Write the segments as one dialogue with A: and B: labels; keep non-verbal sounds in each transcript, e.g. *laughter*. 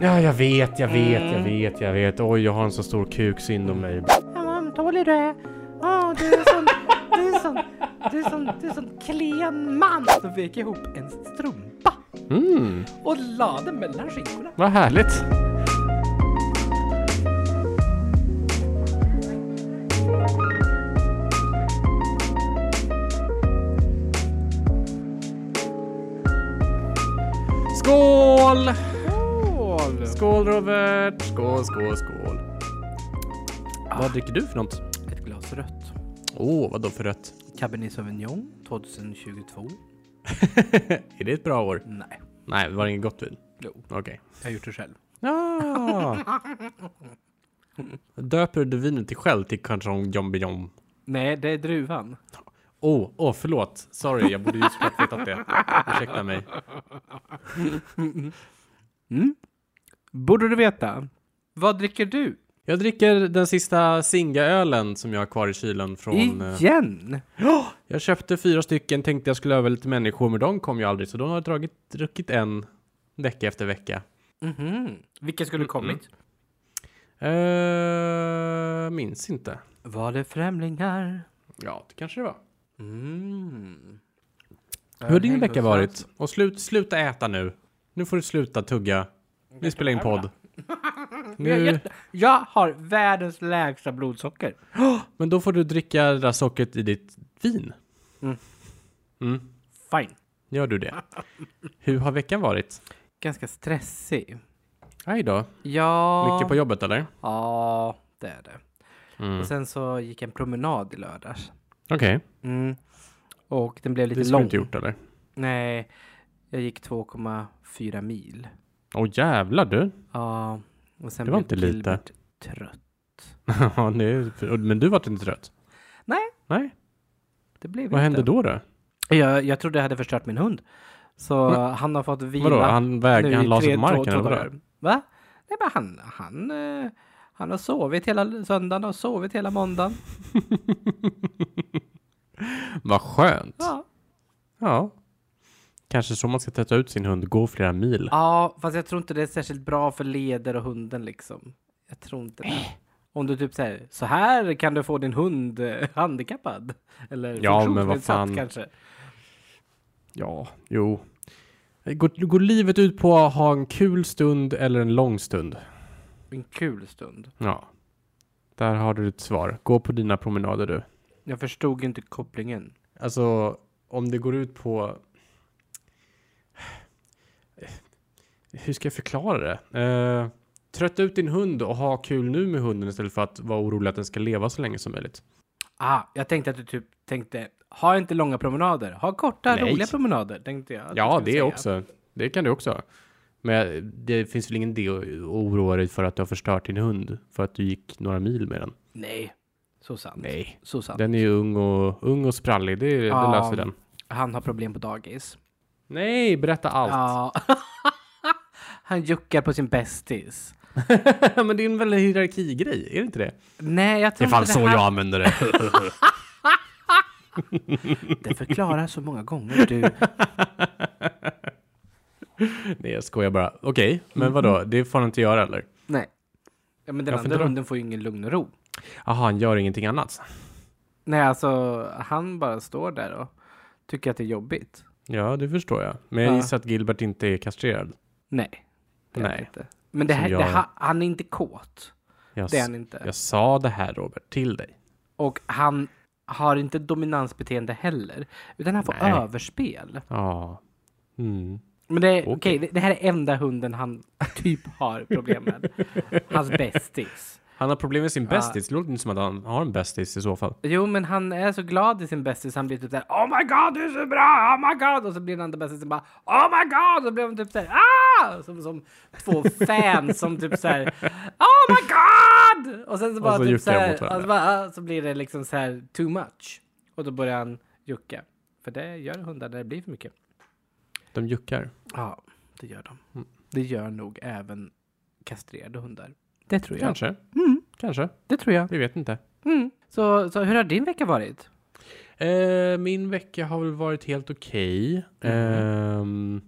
A: Ja, jag vet, jag vet, jag vet, jag vet. Oj, jag har en så stor kuk, synd om mig.
B: Ja, vad ömtålig du är. Ja, du är sån, du är sån, du är sån, du är sån klen man. De vek ihop en strumpa
A: Mm,
B: och la den mellan skinkorna.
A: vad härligt. Skål!
B: Skål!
A: Skål Robert! Skål, skål, skål. Vad dricker du för något?
B: Ett glas rött.
A: Åh, oh, vadå för rött?
B: Cabernet Sauvignon 2022.
A: är det ett bra år?
B: Nej,
A: Nej, var det inget gott vin?
B: Jo.
A: Okej.
B: jag har gjort det själv.
A: Ah. Döper du vinet till själv till Canton Jombillon?
B: Nej, det är druvan.
A: Åh, oh, åh, förlåt. Sorry, jag borde ju såklart vetat det. Ursäkta mig.
B: Borde du veta? Vad dricker du?
A: Jag dricker den sista Singa-ölen som jag har kvar i kylen från... eh,
B: Igen?
A: Jag köpte fyra stycken, tänkte jag skulle öva lite människor, men de kom ju aldrig, så de har jag dragit, druckit en vecka efter vecka.
B: Mhm. Vilka skulle
A: Mm,
B: kommit?
A: Eh, minns inte.
B: Var det främlingar?
A: Ja, det kanske det var.
B: Mm.
A: Hur har din vecka varit? Och slut, sluta äta nu. Nu får du sluta tugga. Vi spelar in *laughs* podd. Nu,
B: Jag har världens lägsta blodsocker.
A: men då får du dricka det där sockret i ditt vin. Mm.
B: Fine.
A: Gör du det? Hur har veckan varit?
B: Ganska stressig.
A: Aj då.
B: Ja.
A: Mycket på jobbet eller?
B: Ja, det är det.
A: Mm.
B: Och sen så gick jag en promenad i lördags.
A: Okej,
B: Mm. Och den blev
A: det
B: lite
A: skulle du
B: lång.
A: inte gjort eller?
B: Nej, jag gick 2,4 mil.
A: Åh jävlar du. *laughs*
B: Ja, och sen
A: Det var
B: blev
A: inte lite.
B: Gilbert trött.
A: Ja, det är- men du vart inte trött?
B: Nej.
A: Nej,
B: Det blev
A: vad
B: inte.
A: hände då då?
B: Jag, jag trodde jag hade förstört min hund. Så han har fått vila.
A: Vadå, han
B: nu
A: väg,
B: i
A: han la sig
B: tre-
A: på
B: två-
A: marken
B: två
A: eller vadå?
B: dagar. Va? Nej men han, han, eh, han har sovit hela söndagen och sovit hela måndagen.
A: Vad skönt.
B: Ja.
A: Ja. Kanske så man ska testa ut sin hund, gå flera mil.
B: ja, fast jag tror inte det är särskilt bra för leder och hunden liksom. Jag tror inte det. Om du typ säger så här kan du få din hund eh, handikappad. Eller
A: Ja, men vad
B: funktionsnedsatt
A: fan.
B: kanske.
A: Ja, jo. Går, går livet ut på att ha en kul stund eller en lång stund?
B: En kul stund.
A: Ja. Där har du ditt svar. Gå på dina promenader du.
B: Jag förstod inte kopplingen.
A: Alltså, om det går ut på... Hur ska jag förklara det? Eh, trötta ut din hund och ha kul nu med hunden istället för att vara orolig att den ska leva så länge som möjligt.
B: Ah, jag tänkte att du typ tänkte, ha inte långa promenader, ha korta,
A: Nej.
B: roliga promenader, tänkte jag. att du
A: Ja,
B: skulle
A: det
B: säga.
A: också. Det kan du också. Men det finns väl ingen idé att oroa dig för att du har förstört din hund för att du gick några mil med den.
B: Nej, så sant.
A: Nej.
B: Så sant.
A: Den är ju ung och, ung och sprallig. Det,
B: Ja.
A: det löser den.
B: Han har problem på dagis.
A: Nej, berätta allt.
B: Ja. *laughs* Han juckar på sin bästis.
A: *laughs* Men det är en väldigt hierarkigrej, är det inte det?
B: Nej, jag
A: Det
B: tror
A: är fan
B: inte
A: så
B: det
A: jag använder det.
B: Det förklarar så många gånger
A: *laughs*
B: du.
A: *laughs* Nej, jag skojar bara. Okej, men vadå? Det får han inte göra eller?
B: Nej. Ja, men den
A: Jag får
B: andra
A: dra.
B: hunden får ju ingen lugn och ro.
A: Jaha, han gör ingenting annat?
B: Nej, alltså han bara står där och tycker att det är jobbigt.
A: Ja, det förstår jag. Men jag
B: Ja.
A: gissar att Gilbert inte är kastrerad.
B: Nej. Det är
A: Nej.
B: han Inte. Men det,
A: Som
B: här,
A: jag-
B: det, ha- han är inte kåt.
A: Jag,
B: Det är
A: s-
B: han inte.
A: jag sa det här Robert, till dig.
B: Och han har inte dominansbeteende heller. Utan han får
A: Nej.
B: överspel.
A: Ja. Mm.
B: Men det,
A: Okej.
B: okay. det, det här är enda hunden han typ har problem med. Hans bästis.
A: Han har problem med sin bästis. Det låter inte som att han har en bästis i så fall.
B: Jo, men han är så glad i sin bästis. Han blir typ såhär Oh my god, du är så bra! Oh my god! Och så blir den andra bästisen bara Oh my god! Och så blir de typ såhär Ah! Som, som två fans som typ såhär Oh my god! Och sen så bara
A: så
B: typ
A: juckar de mot
B: såhär
A: varandra.
B: och så, bara, ah, så blir det liksom såhär too much. Och då börjar han jucka. För det gör hundar när det blir för mycket.
A: De juckar.
B: Ja, det gör de. Det gör nog även kastrerade hundar. Det tror jag.
A: Kanske. Kanske.
B: Det tror jag.
A: Vi vet inte.
B: Så, så hur har din vecka varit?
A: Eh, min vecka har väl varit helt okej. Ehm,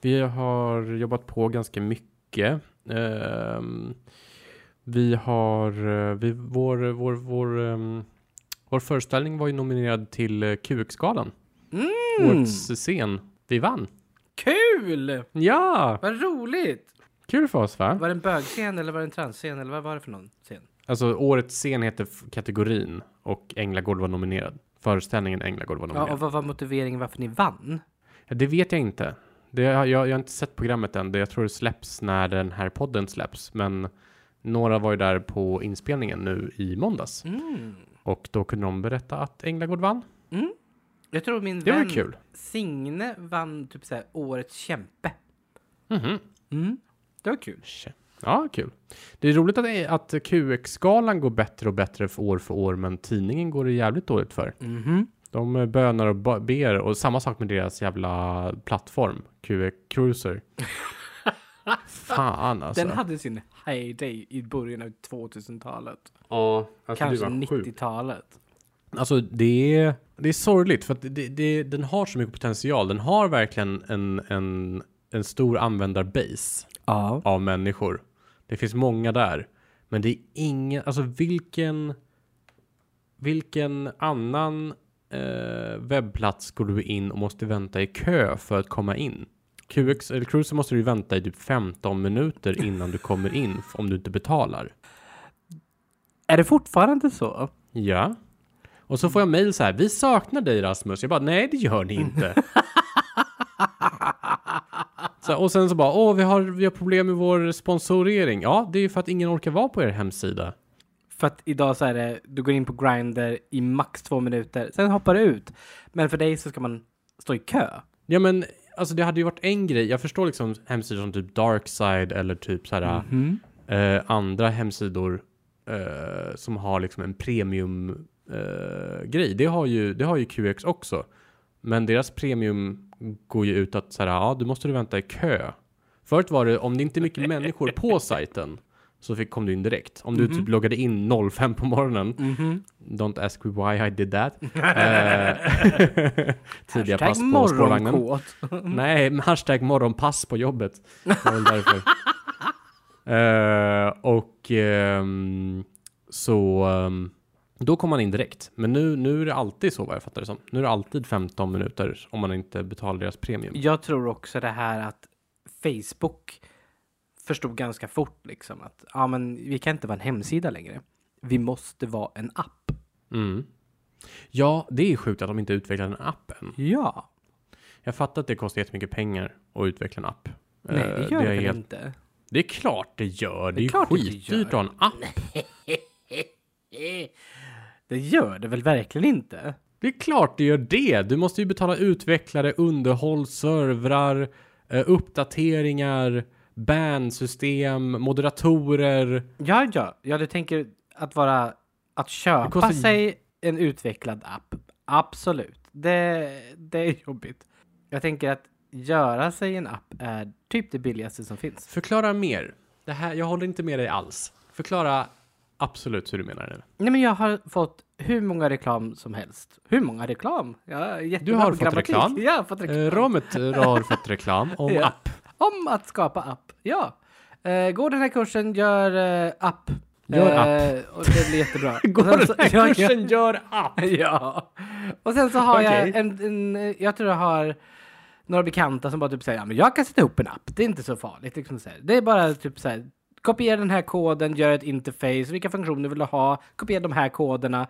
A: vi har jobbat på ganska mycket mycket. Ehm, vi har, eh, vi, vår, vår, vår, ehm, vår föreställning var ju nominerad till eh, QX-galan.
B: Mm!
A: Årets scen. Vi vann.
B: Kul!
A: Ja,
B: Vad roligt!
A: kul för oss va?
B: Var det en bögscen eller var det en transscen eller vad var det för någon scen?
A: Alltså årets scen heter f- kategorin och Änglagård var nominerad. Föreställningen Änglagård var nominerad.
B: Ja, och vad var motiveringen varför ni vann?
A: Ja, Det vet jag inte. Det, har- jag, jag har inte sett programmet än. Det, jag tror det släpps när den här podden släpps. Men några var ju där på inspelningen nu i måndags.
B: Mm.
A: Och då kunde de berätta att Änglagård vann.
B: Jag tror min
A: Det var
B: vän
A: ju kul.
B: Signe vann typ såhär årets kämpe.
A: Mhm.
B: Mm. Det var kul.
A: Tja. Ja, kul. Det är roligt att, att QX-skalan går bättre och bättre för år för år, men tidningen går det jävligt dåligt för.
B: Mhm.
A: De eh, bönar och ba- ber och samma sak med deras jävla plattform, QX
B: *laughs*
A: Cruiser. Fan alltså.
B: Den hade sin heyday i början av 2000-talet.
A: ja, alltså,
B: Kanske
A: det var sjukt.
B: 90-talet.
A: Alltså det är, det är sorgligt för att det, det, den har så mycket potential. Den har verkligen en, en, en stor användarbase
B: Ja.
A: av människor. Det finns många där. Men det är ingen, alltså vilken, vilken annan eh, webbplats går du in och måste vänta i kö för att komma in? QX eller Cruiser måste du ju vänta i typ 15 minuter innan du kommer in om du inte betalar.
B: Är det fortfarande så?
A: Ja. Och så får jag mejl så här, vi saknar dig Rasmus. Jag bara, nej det gör ni inte. *laughs* så, här, och sen så bara, åh vi har, vi har problem med vår sponsorering. Ja, det är ju för att ingen orkar vara på er hemsida.
B: För att idag så är det, du går in på Grindr i max två minuter, sen hoppar du ut. Men för dig så ska man stå i kö.
A: Ja men, alltså det hade ju varit en grej. Jag förstår liksom hemsidor som typ Darkside eller typ så här
B: Mhm.
A: eh, andra hemsidor eh, som har liksom en premium eh, grej. Det har, ju, det har ju QX också. Men deras premium går ju ut att så här, ja, du måste du vänta i kö. Förut var det, om det inte är mycket människor på sajten så fick, kom du in direkt. Om du typ loggade in 05 på morgonen.
B: Mhm.
A: Don't ask me why I did that. Eh, *laughs* Tidiga pass på spårvagnen.
B: morgonkåt.
A: Nej, men hashtag morgonpass på jobbet. Det var väl
B: *laughs*
A: därför. Eh, och ehm, så ehm, då kom man in direkt. Men nu, nu är det alltid så vad jag fattar det som. Nu är det alltid 15 minuter om man inte betalar deras premium.
B: Jag tror också det här att Facebook förstod ganska fort liksom att ja, men vi kan inte vara en hemsida längre. Vi måste vara en app.
A: Mm. Ja, det är sjukt att de inte utvecklar en app än.
B: Ja,
A: Jag fattar att det kostar jättemycket pengar att utveckla en app.
B: nej,
A: Eh,
B: det gör
A: är
B: det väl
A: helt-
B: inte.
A: Det är klart det gör. Det är,
B: klart det
A: ju skitdyrt att
B: gör.
A: ha en app.
B: Det gör det väl verkligen inte.
A: Det är klart det gör det. Du måste ju betala utvecklare, underhåll, servrar, eh, uppdateringar, bansystem, moderatorer.
B: Ja, ja, ja, du tänker att vara att köpa
A: kostar-
B: sig en utvecklad app. Absolut, det, det är jobbigt. Jag tänker att göra sig en app är typ det billigaste som finns.
A: Förklara mer. Det här, jag håller inte med dig alls. Förklara absolut hur du menar nu.
B: Nej, men jag har fått hur många reklam som helst. Hur många reklam? Jag är jättebra
A: Du har
B: på
A: fått
B: grammatik.
A: reklam.
B: *laughs* Jag har fått reklam.
A: Eh, Romet eh, har fått reklam om *laughs*
B: Ja.
A: app.
B: Om att skapa app, ja. Eh, går den här kursen, gör eh, app.
A: Gör
B: app. Och det blir jättebra.
A: *laughs* Går
B: Och sen
A: den
B: så-
A: här
B: *laughs* Ja, ja.
A: kursen gör app?
B: *laughs* Ja. Och sen så har
A: Okej.
B: jag en, en, jag tror jag har några bekanta som bara typ säger, ja men jag kan sätta ihop en app, det är inte så farligt. Liksom så här. Det är bara typ så här, kopiera den här koden, gör ett interface, vilka funktioner vill du ha, kopiera de här koderna,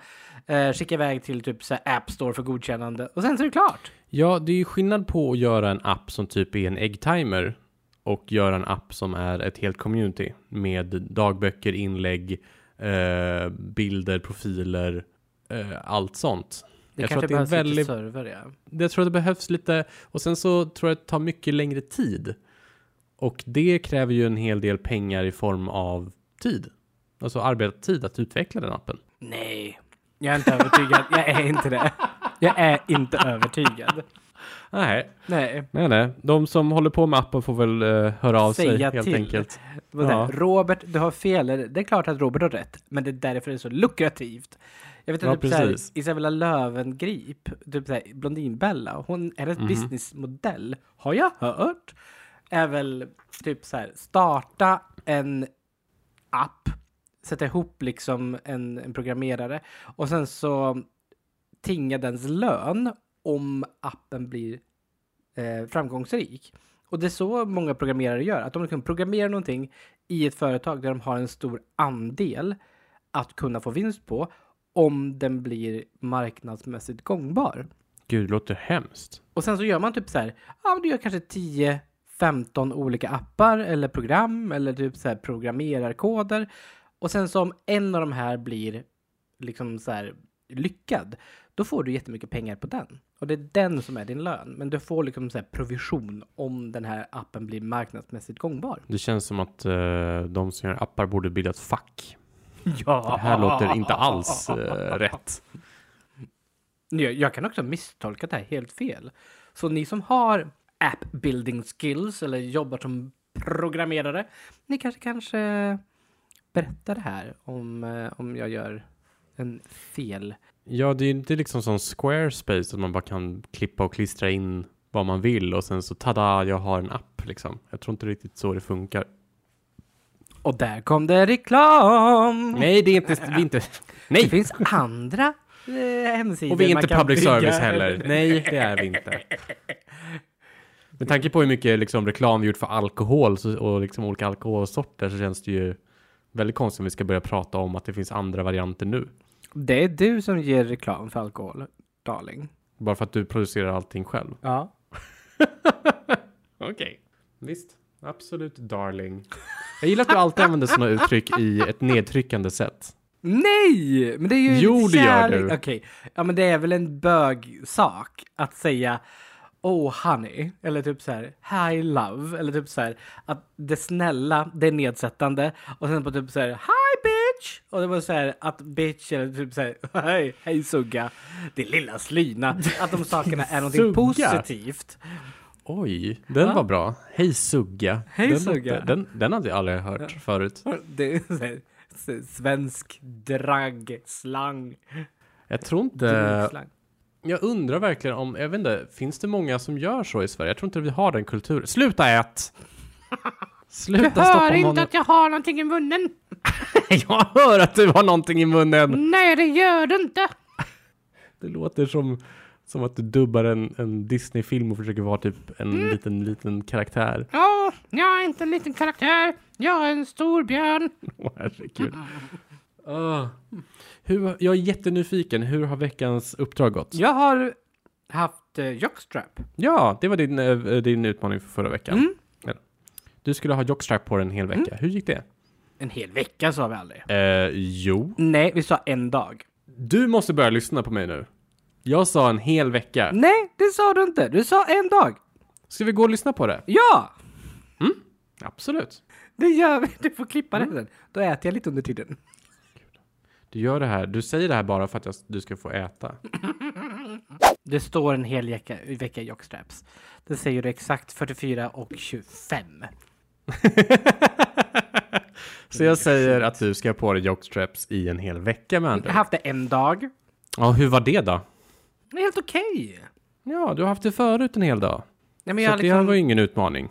B: eh, skicka iväg till typ så här App Store för godkännande och sen så är det klart.
A: Ja, det är ju skillnad på att göra en app som typ är en eggtimer och göra en app som är ett helt community med dagböcker, inlägg, eh, bilder, profiler, eh, allt sånt.
B: Det
A: jag, tror
B: kanske
A: att det är
B: behövs
A: väldigt,
B: lite server, ja.
A: jag tror att det behövs lite och sen så tror jag att det tar mycket längre tid. Och det kräver ju en hel del pengar i form av tid. Alltså arbetartid att utveckla den appen.
B: Nej, jag är inte övertygad. Jag är inte det. Jag är inte övertygad.
A: Nej,
B: Nej.
A: nej, nej. De som håller på med appen får väl eh, höra av sig
B: Säga
A: helt
B: till.
A: enkelt.
B: Vad säger
A: Ja.
B: jag? Robert, du har fel. Eller, Det är klart att Robert har rätt, men det är därför det är så lukrativt. Jag vet
A: Ja,
B: inte, typ såhär,
A: precis.
B: Isabella Lövengrip, typ såhär, Blondinbella, hon är ett businessmodell, har jag hört. är väl typ så här, starta en app, sätta ihop liksom en, en programmerare och sen så tinga dens lön om appen blir eh, framgångsrik. Och det är så många programmerare gör, att de kan programmera någonting i ett företag där de har en stor andel att kunna få vinst på om den blir marknadsmässigt gångbar.
A: Gud, det låter hemskt.
B: Och sen så gör man typ så här, ja men du gör kanske 10, 15 olika appar eller program eller typ så här programmerarkoder. Och sen så om en av de här blir liksom så här lyckad, då får du jättemycket pengar på den. Och det är den som är din lön. Men du får liksom så här provision om den här appen blir marknadsmässigt gångbar.
A: Det känns som att eh, de som gör appar borde bilda ett fack.
B: Ja.
A: Det här låter inte alls eh, rätt.
B: Jag, jag kan också ha misstolkat det här helt fel. Så ni som har app building skills eller jobbar som programmerare, ni kanske kanske berättar det här om, eh, om jag gör en fel.
A: Ja, det är ju inte liksom som Squarespace att man bara kan klippa och klistra in vad man vill och sen så tada, jag har en app liksom. Jag tror inte riktigt så det funkar.
B: Och där kom det reklam!
A: Nej, det är inte... Vi är inte
B: Det
A: nej!
B: finns andra eh, hemsidor
A: Och vi är
B: man
A: inte
B: kan
A: public
B: bygga.
A: service heller. Nej, det är vi inte. Med tanke på hur mycket liksom, reklam vi gjort för alkohol så, och liksom, olika alkoholsorter så känns det ju väldigt konstigt om vi ska börja prata om att det finns andra varianter nu.
B: Det är du som ger reklam för alkohol, darling.
A: Bara för att du producerar allting själv.
B: Ja.
A: Okej. Visst. Absolut darling. Jag gillar att du alltid använder sådana uttryck i ett nedtryckande sätt.
B: Nej! Men det är ju
A: Jo, det gör
B: kärlek-
A: du.
B: Okej. Ja, men det är väl en bögsak att säga Oh honey, eller typ så här Hi love, eller typ så här att det snälla, det är nedsättande och sen på typ så här Hi bitch! Och det var så här att bitch eller typ så här *laughs* Hej, hej sugga, din lilla slyna. Att de sakerna är någonting
A: Sugga.
B: positivt.
A: Oj, den var bra. Hej sugga.
B: Hej,
A: den
B: sugga.
A: låter- Den, den hade jag aldrig hört förut.
B: Det är så här, så här, svensk drag-slang.
A: Jag tror inte... Jag undrar verkligen om, jag vet inte, finns det många som gör så i Sverige? Jag tror inte vi har den kulturen. Sluta ät! Sluta stoppa munnen.
B: jag har någonting i munnen.
A: *laughs* Jag hör att du har någonting i munnen!
B: Nej, det gör du inte.
A: Det låter som, som att du dubbar en, en Disney-film och försöker vara typ en liten, liten karaktär. *laughs*
B: Ja, jag är inte en liten karaktär. Jag är en stor björn.
A: Åh, herregud. Ah. Hur, jag är jättenyfiken, hur har veckans uppdrag gått?
B: Jag har haft eh, jockstrap.
A: Ja, det var din, eh, din utmaning för förra veckan. Ja. Du skulle ha jockstrap på dig en hel vecka. Hur gick det?
B: En hel vecka sa vi aldrig.
A: Eh, jo.
B: Nej, vi sa en dag.
A: Du måste börja lyssna på mig nu. Jag sa en hel vecka.
B: Nej, det sa du inte. Du sa en dag.
A: Ska vi gå och lyssna på det?
B: Ja,
A: Absolut.
B: det gör vi. Du får klippa den. Mm. Då äter jag lite under tiden.
A: Du gör det här. Du säger det här bara för att jag, du ska få äta.
B: Det står en hel vecka, vecka i jockstraps. Det säger du exakt 44 och 25.
A: Så jag säger att du ska ha på dig jockstraps i en hel vecka med
B: Jag har
A: andra.
B: haft det en dag.
A: Ja, hur var det då?
B: Det är helt okej.
A: Ja, du har haft det förut en hel dag.
B: Nej, men
A: Så
B: jag,
A: att det här
B: liksom,
A: var ju ingen utmaning.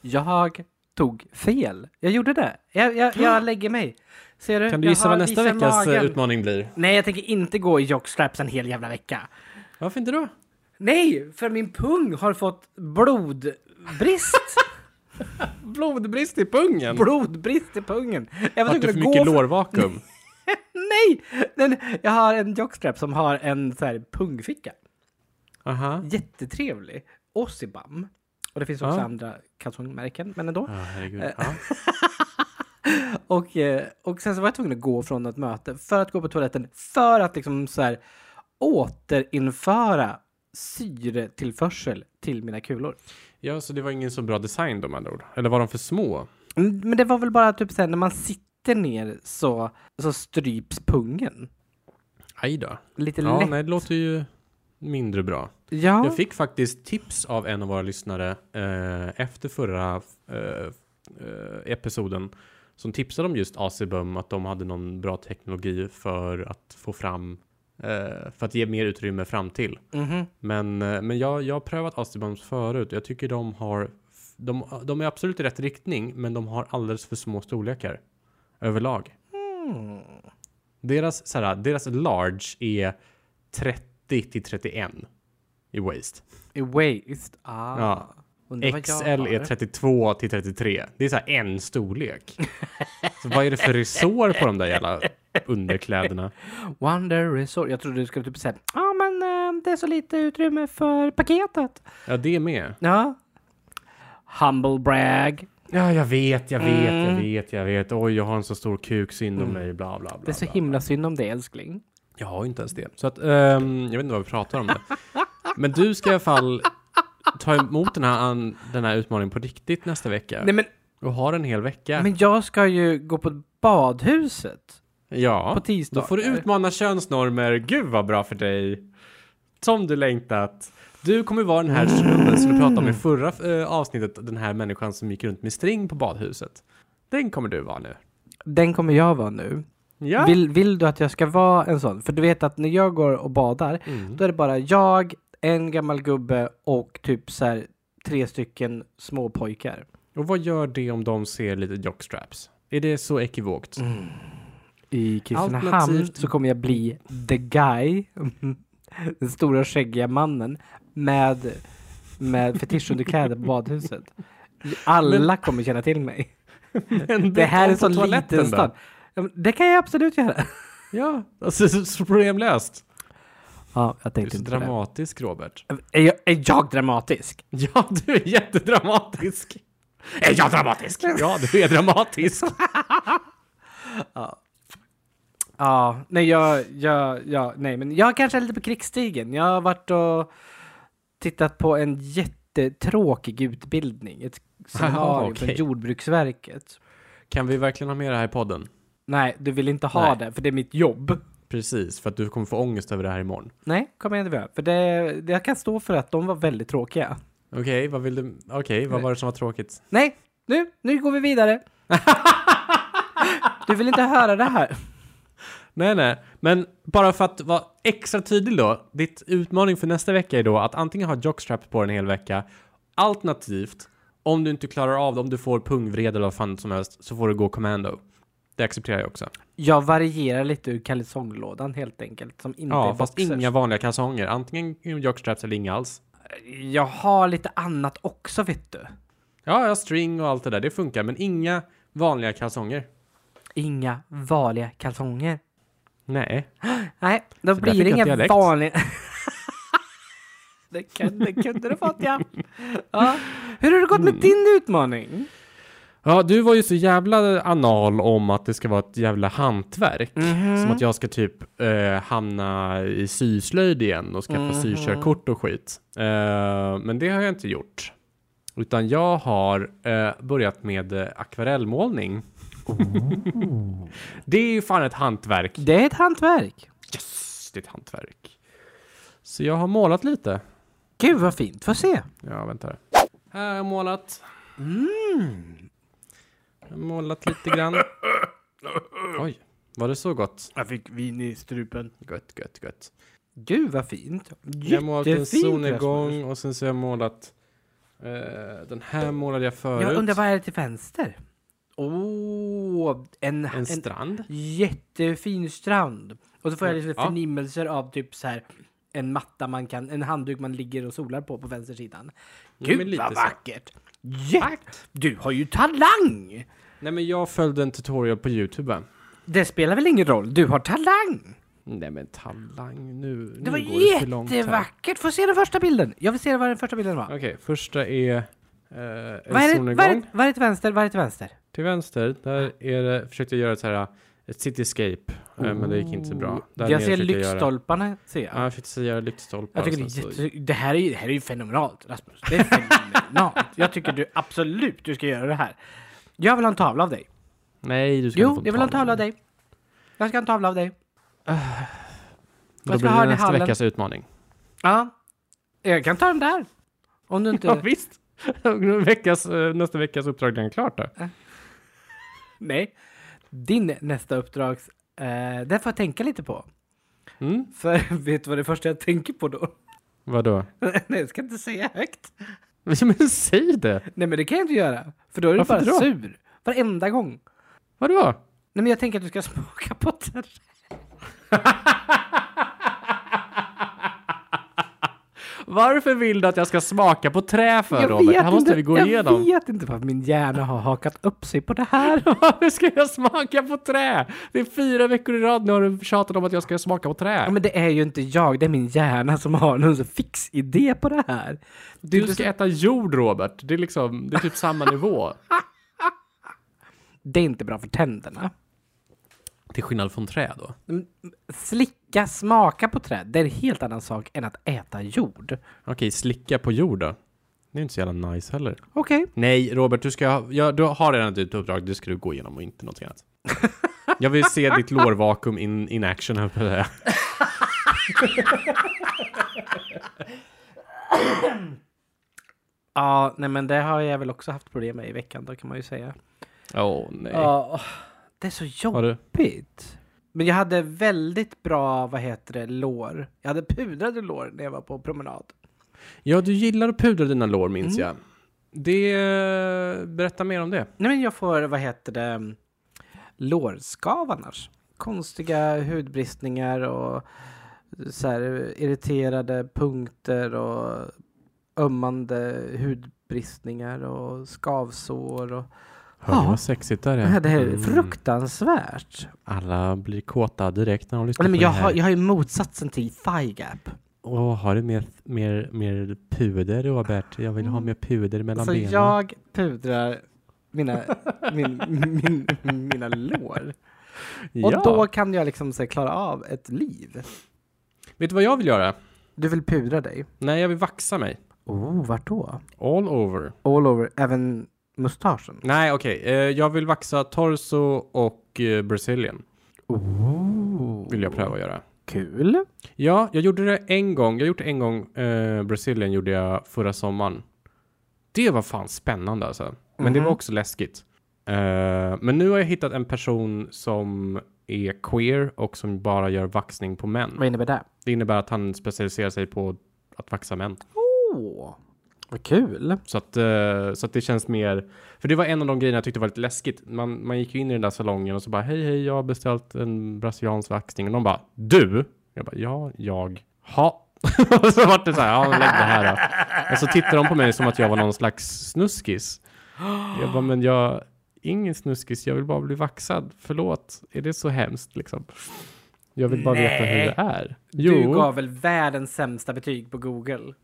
B: jag tog fel. Jag gjorde det. Jag,
A: *gasps*
B: jag, jag lägger mig. Ser du?
A: Kan du
B: Jag
A: gissa
B: har-
A: vad nästa
B: visar
A: veckas eh,
B: magen.
A: utmaning blir?
B: Nej, jag tänker inte gå i jockstraps en hel jävla vecka.
A: Varför inte då?
B: Nej, för min pung har fått
A: *laughs*
B: blodbrist.
A: Blodbrist i pungen!
B: blodbrist i pungen. Jag var
A: Vart det för
B: tvungen
A: mycket
B: att gå
A: *laughs*
B: för...
A: lårvakuum?
B: Nej! Den, jag har en jockstrap som har en så här pungficka.
A: Aha.
B: Jättetrevlig. Ossibam. Och det finns också
A: Ja.
B: andra kalsongmärken, men ändå.
A: Ja, herregud. Ja.
B: Och, eh, och sen så var jag tvungen att gå från ett möte för att gå på toaletten för att liksom så här återinföra syretillförsel till mina kulor.
A: ja, så det var ingen så bra design då med andra ord. Eller var de för små?
B: Mm, Men det var väl bara typ såhär när man sitter ner så, så stryps pungen.
A: Aj då.
B: Lite
A: Ja,
B: lätt.
A: nej, det låter ju mindre bra.
B: Ja.
A: Jag fick faktiskt tips av en av våra lyssnare eh, efter förra eh, eh, episoden som tipsade om just AC-BUM, att de hade någon bra teknologi för att få fram Eh, för att ge mer utrymme fram till.
B: Mhm.
A: Men, eh, men jag, jag har prövat Asterbombs förut. Jag tycker de har... De, de är absolut i rätt riktning, men de har alldeles för små storlekar. Överlag. Deras, så här, deras large är 30 till 31 i waist.
B: I waist. Ah.
A: Ja. E
B: Undrar vad jag
A: XL är
B: har.
A: 32 till 33. Det är så här en storlek. så vad är det för resår på de där jävla underkläderna?
B: Wonder Resort. Jag trodde du skulle typ säga ja men eh, det är så lite utrymme för paketet.
A: Ja, det är med.
B: Ja. Humble brag.
A: Ja, jag vet, jag vet, jag vet, jag vet. Oj, jag har en så stor kuk synd om mig, bla, bla, bla.
B: Det är så
A: bla.
B: himla synd om det älskling.
A: Jag har ju inte ens det. Så att, ehm, jag vet inte vad vi pratar om. Det. Men du ska i alla fall ta emot den här, an, den här utmaningen på riktigt nästa vecka.
B: Nej men,
A: Och ha en hel vecka.
B: men jag ska ju gå på badhuset.
A: ja,
B: på tisdagar.
A: Då får du utmana könsnormer. Gud vad bra för dig. Som du längtat. Du kommer vara den här snubben som du pratade om i förra eh, avsnittet. Den här människan som gick runt med string på badhuset. Den kommer du vara nu.
B: Den kommer jag vara nu.
A: Ja.
B: Vill, vill du att jag ska vara en sån? För du vet att när jag går och badar,
A: Mm.
B: då är det bara jag, en gammal gubbe och typ så här tre stycken små pojkar.
A: Och vad gör det om de ser lite jockstraps? Är det så ekivokt?
B: Mm.
A: *laughs*
B: i Kristinehamn
A: Alternativt-
B: så kommer jag bli the guy. *laughs* Den stora skäggiga mannen med, med fetischunderkläder på badhuset.
A: *laughs*
B: Alla kommer känna till mig.
A: Men
B: Det här är
A: de
B: en
A: på
B: sån
A: toaletten
B: liten
A: då?
B: stad. Ja, men Det kan jag absolut göra.
A: Ja, alltså så- så problemlöst.
B: *laughs* Ja, jag
A: Du är
B: tänkte
A: så
B: inte på det.
A: dramatisk, Robert. *laughs*
B: Är jag, är jag dramatisk?
A: Ja, du är jättedramatisk. Är jag dramatisk? Ja, du är dramatisk.
B: Ja, nej jag, jag, jag, nej men jag kanske är lite på krigsstigen. Jag har varit och tittat på en jättetråkig utbildning. *laughs* Ett scenario
A: okej.
B: från Jordbruksverket.
A: Kan vi verkligen ha med det här i podden?
B: Nej, du vill inte ha
A: Nej.
B: det, för det är mitt jobb.
A: Precis, för att du kommer få ångest över det här imorgon.
B: Nej, kommer jag inte vilja. För det, det, jag kan stå för att de var väldigt tråkiga.
A: Okej, vad vill du? Okej, vad var det som var tråkigt?
B: Nej, nu, nu går vi *laughs* vidare. du vill inte höra det här.
A: Nej, nej, men bara för att vara extra tydlig då. Ditt utmaning för nästa vecka är då att antingen ha jockstrap på en hel vecka, alternativt om du inte klarar av det, om du får pungvred eller vad fan som helst, så får du gå commando. Det accepterar jag också.
B: Jag varierar lite ur kalsonglådan helt enkelt, som inte
A: Ja,
B: är
A: fast
B: boxers.
A: inga vanliga kalsonger. Antingen jockstraps eller inga alls.
B: Jag har lite annat också, vet du.
A: Ja, ja, string och allt det där, det funkar. Men inga vanliga kalsonger.
B: Inga vanliga kalsonger.
A: Nej.
B: Nej,
A: där
B: då
A: fick
B: blir det
A: jag
B: inga
A: dialekt.
B: vanliga... *laughs* det kunde, det kunde du fått, ja. ja. Hur har det gått
A: Mm.
B: med din utmaning?
A: Ja, du var ju så jävla anal om att det ska vara ett jävla hantverk. Som att jag ska typ eh, hamna i syslöjd igen och skaffa sykörkort och skit. Eh, men det har jag inte gjort. Utan jag har eh, börjat med eh, akvarellmålning. *laughs* det är ju fan ett hantverk.
B: Det är ett hantverk.
A: Yes, det är ett hantverk. Så jag har målat lite.
B: Gud vad fint, få se.
A: Ja, vänta här. Mm. Här har jag målat. Jag har målat lite grann. *laughs* Oj, var det så gott?
B: Jag fick vin i strupen.
A: Gött, gött, gött.
B: Gud vad fint.
A: Jag har målat en
B: Jättefint Rasmus.
A: solnedgång och sen så har jag målat eh, den här målade jag förut.
B: Jag undrar vad är det till vänster? Åh, oh, en,
A: En
B: en,
A: strand.
B: jättefin strand. Och så får jag liksom
A: Ja.
B: förnimmelser av typ så här en matta man kan, en handduk man ligger och solar på på vänstersidan.
A: Ja,
B: Gud
A: men lite
B: vad
A: så.
B: vackert! Jätte- Du har ju talang!
A: Nej men jag följde en tutorial på Youtube.
B: Det spelar väl ingen roll, du har talang!
A: Nej men talang, nu,
B: Det
A: nu
B: var
A: går det för långt här.
B: jättevackert! Få se den första bilden! Jag vill se vad den första bilden var.
A: Okej, första är eh,
B: Vad
A: en
B: är, det, vad, är
A: solnedgång.
B: det, vad är det till vänster? Vad är det till vänster?
A: Till vänster, där är det, försökte jag göra ett så här, ett cityscape, eh, men det gick inte så bra. Där
B: jag
A: nere
B: ser
A: försökte jag göra-
B: lyktstolparna, ser jag.
A: Ja, jag försökte göra lyktstolpar.
B: jag tycker det,
A: och sen så-
B: är jätte... det, här är, ju- det här är ju fenomenalt, Rasmus. Det är fenomenalt. jag tycker du absolut du ska göra det här. Jag vill ha en tavla av dig.
A: Nej, du ska inte få
B: Jo,
A: en
B: jag vill ha en tavla av dig. Jag ska ha en tavla av dig.
A: Då
B: Jag ska
A: blir
B: ha
A: det
B: den i
A: nästa
B: hallen.
A: veckas *laughs* utmaning.
B: Ja. Jag kan ta den där. Om du inte...
A: Ja, visst. *laughs* veckas, eh, nästa veckas uppdrag är klart då.
B: Nej. Din nästa uppdrag, eh, den får jag tänka lite på.
A: Mm.
B: För *laughs* vet du vad det första jag tänker på då? *laughs*
A: Vadå? *laughs*
B: Nej, jag ska inte säga högt.
A: Men säg det!
B: Nej, men det kan jag inte göra. För då är du
A: Varför
B: bara
A: då?
B: sur. Varenda gång.
A: Vadå?
B: Nej, men jag tänker att du ska *laughs* smaka på den.
A: Varför vill du att jag ska smaka på trä för
B: Jag
A: Robert? Det
B: vet
A: här måste
B: inte-
A: vi gå
B: jag
A: igenom.
B: vet inte varför min hjärna har hakat upp sig på det här.
A: *laughs* Varför ska jag smaka på trä? Det är fyra veckor i rad nu har du tjatat om att jag ska smaka på trä.
B: Ja, men det är ju inte jag, det är min hjärna som har någon sån fix idé på det här. Det
A: du
B: är inte
A: ska äta jord Robert. Det är liksom, det är typ samma nivå.
B: Det är inte bra för tänderna.
A: *laughs* Till skillnad från trä då.
B: Mm, Slicka, smaka på träd, det är en helt annan sak än att äta jord.
A: Okej, slicka på jord då. Det är inte så jävla nice heller.
B: Okej.
A: Nej, Robert, du ska, ja, du har redan ett utuppdrag. Det ska du gå igenom och inte något *laughs* annat. Jag vill se ditt lårvakuum in, in action, höll jag på att säga.
B: Ja, nej men det har jag väl också haft problem med i veckan då kan man ju säga.
A: Åh, nej.
B: Ja, det är så
A: Har du?
B: jobbigt. Men jag hade väldigt bra, vad heter det, lår. Jag hade pudrade lår när jag var på promenad.
A: Ja, du gillar att pudra dina lår, minns jag. Det... Berätta mer om det.
B: Nej men jag får, vad heter det, lårskav annars. Konstiga hudbristningar och så här, irriterade punkter och ömmande hudbristningar och skavsår. Och...
A: Hörde
B: Ja.
A: vad sexigt där
B: *laughs* Det här är fruktansvärt.
A: Mm. Alla blir kåta direkt när de lyssnar
B: Nej, men
A: på
B: jag,
A: det
B: har,
A: här.
B: jag har ju motsatsen till thigh gap.
A: Åh, har du mer, mer, mer puder, Robert? Jag vill ha mer puder mellan
B: Mm. Alltså
A: benen.
B: jag pudrar mina, min, min, mina lår. Och
A: Ja.
B: då kan jag liksom så här, klara av ett liv.
A: Vet du vad jag vill göra?
B: Du vill pudra dig?
A: Nej, jag vill vaxa mig.
B: Oh, vart då?
A: All over.
B: All over, även mustaschen.
A: Nej, okej. Eh, jag vill vaxa torso och eh, brazilian.
B: Oh.
A: Vill jag pröva att göra.
B: Kul.
A: Ja, jag gjorde det en gång. Jag har gjort det en gång. Eh, Brasilien gjorde jag förra sommaren. Det var fan spännande alltså. Men det
B: Mhm.
A: var också läskigt. Eh, men nu har jag hittat en person som är queer och som bara gör vaxning på män.
B: Vad innebär det?
A: Det innebär att han specialiserar sig på att vaxa män.
B: Oh. Vad kul.
A: Så att, eh, så att det känns mer... För det var en av de grejerna jag tyckte var lite läskigt. Man, man gick ju in i den där salongen och så bara hej hej jag har beställt en brasiliansk vaxning och de bara du? Jag bara ja, jag. Ha. *laughs* och så vart det så här, ja men lägg det här då. Och så tittade de på mig som att jag var någon slags snuskis. Jag bara men jag är ingen snuskis, jag vill bara bli vaxad. Förlåt, är det så hemskt liksom? Jag vill bara veta hur det är.
B: Du gav väl världens sämsta betyg på Google?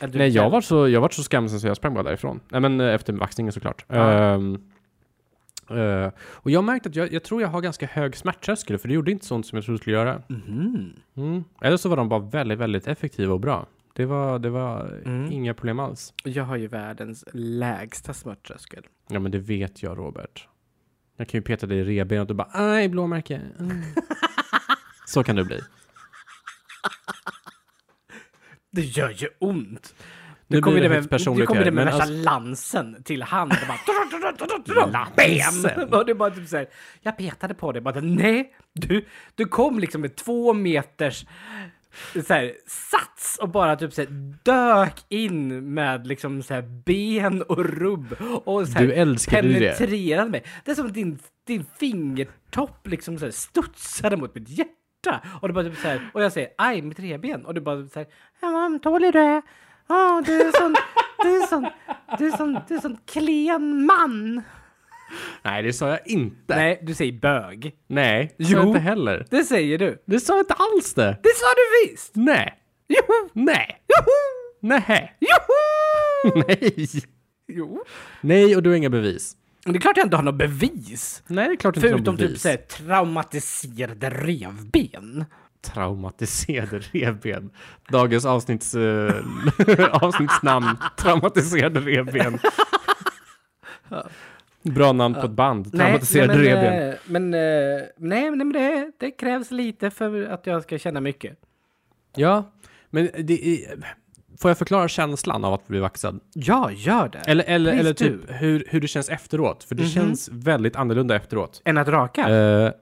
B: Eller du
A: Nej, jag
B: själv?
A: var, så, jag var så skamsen så jag sprang bara därifrån. Nej, men eh, efter vaxningen såklart.
B: Ja.
A: Ehm, eh, och jag märkte att jag, jag tror jag har ganska hög smärttröskel, för det gjorde inte sånt som jag trodde det skulle göra.
B: Mhm.
A: Mm. Eller så var de bara väldigt, väldigt effektiva och bra. Det var, det var
B: Mm.
A: inga problem alls.
B: Jag har ju världens lägsta smärttröskel.
A: Ja, men det vet jag, Robert. Jag kan ju peta dig i revbenet och bara aj, blåmärke. Mm. *laughs* så kan du bli.
B: Det gör ju ont.
A: Nu
B: kommer
A: blir det
B: det
A: högst
B: med,
A: personligt
B: nu kommer
A: här,
B: det med
A: men
B: värsta
A: alltså-
B: lansen till hand. Det bara...
A: Lansen.
B: Bam! *laughs* Och det bara typ så här, jag petade på det. Bara, nej, du, du kom liksom med två meters så här, sats och bara typ så här, dök in med liksom så här, ben och rubb. Och så här,
A: Du älskade ju det.
B: penetrerade mig. Det är som att din, din fingertopp liksom så här, studsade mot mitt hjärta. Och, det bara typ så här, och jag säger aj, mitt revben. Och du bara typ så här, ja, vad ömtålig du är. Ja, du är sån, du är sån, du är sån, du är sån klen man.
A: Nej, det sa jag inte. Nej,
B: Nej, du säger bög.
A: det sa jag
B: Jo.
A: inte heller.
B: Det säger du.
A: Det sa jag inte alls det.
B: Det sa du visst!
A: Nej.
B: Joho!
A: Nej.
B: Joho!
A: Nej.
B: Joho!
A: *laughs* Nej.
B: Jo.
A: Nej, och du har inga bevis.
B: Men Det är klart jag inte har något bevis.
A: Nej, det är klart
B: Förutom typ såhär traumatiserade revben.
A: Traumatiserade revben. Dagens avsnitts, eh, *laughs* avsnittsnamn. Traumatiserade revben. Bra namn på ett band. Traumatiserade
B: nej, men,
A: revben.
B: eh, Men, eh, nej, men, nej, men det, det krävs lite för att jag ska känna mycket.
A: Ja, men det är... Får jag förklara känslan av att bli vaxad?
B: Ja, gör det.
A: Eller, eller,
B: Please
A: eller
B: do. Mhm.
A: typ hur, hur det känns efteråt? För det känns väldigt annorlunda efteråt.
B: Än att raka?
A: Mm. Eh,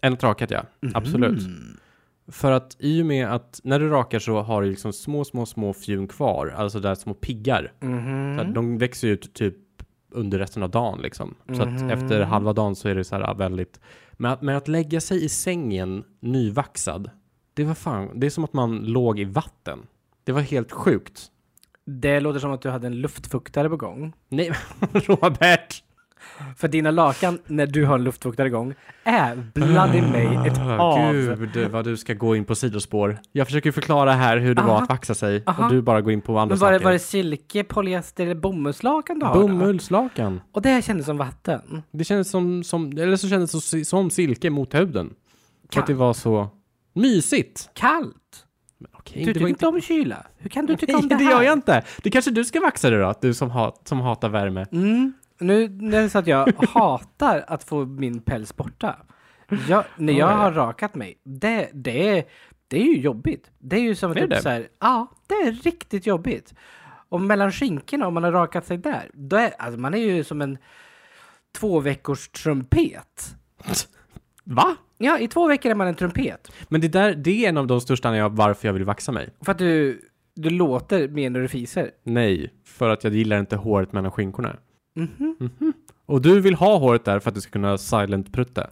A: en trakat, ja. Absolut. För att i och med att när du rakar så har du liksom små, små, små fjun kvar. Alltså där små piggar.
B: Mhm.
A: Så att de växer ut typ under resten av dagen liksom. Så att efter halva dagen så är det så här väldigt. Men att, men att lägga sig i sängen nyvaxad. Det var fan, det är som att man låg i vatten. Det var helt sjukt. *laughs*
B: Det låter som att du hade en luftfuktare på gång.
A: Nej, Robert!
B: För dina lakan, när du har en luftfuktare igång, är bloody
A: Ah,
B: mig ett
A: Åh,
B: hav.
A: Gud vad du ska gå in på sidospår. Jag försöker förklara här hur det var att vaxa sig och du bara går in på andra
B: Men var det,
A: saker.
B: var det silke, polyester eller bomullslakan du har? då?
A: Bomullslakan.
B: Och det här kändes som vatten.
A: Det kändes som, som eller så kändes det som, som silke mot huden. För att det var så mysigt.
B: Kallt.
A: Okej,
B: Du
A: det var
B: tycker inte om kyla.
A: *laughs*
B: Hur kan du tycka om det
A: det,
B: här?
A: gör jag inte. Det kanske du ska vaxa dig då, du som, hat, som hatar värme.
B: Mm. Nu, nu är det så att jag hatar att få min päls borta. Jag, när jag har rakat mig, det, det, är, det är ju jobbigt. Det är ju som
A: Är
B: typ
A: det?
B: så här, ja, det är riktigt jobbigt. Och mellan skinkorna, om man har rakat sig där, då är, alltså man är ju som en två veckors trumpet.
A: Va?
B: Ja, i två veckor är man en trumpet.
A: Men det där, det är en av de största anledningarna varför jag vill vaxa mig.
B: För att du, du låter mer när du fiser.
A: Nej, för att jag gillar inte håret mellan skinkorna. Mhm. Och du vill ha håret där för att du ska kunna silent *laughs* prutta.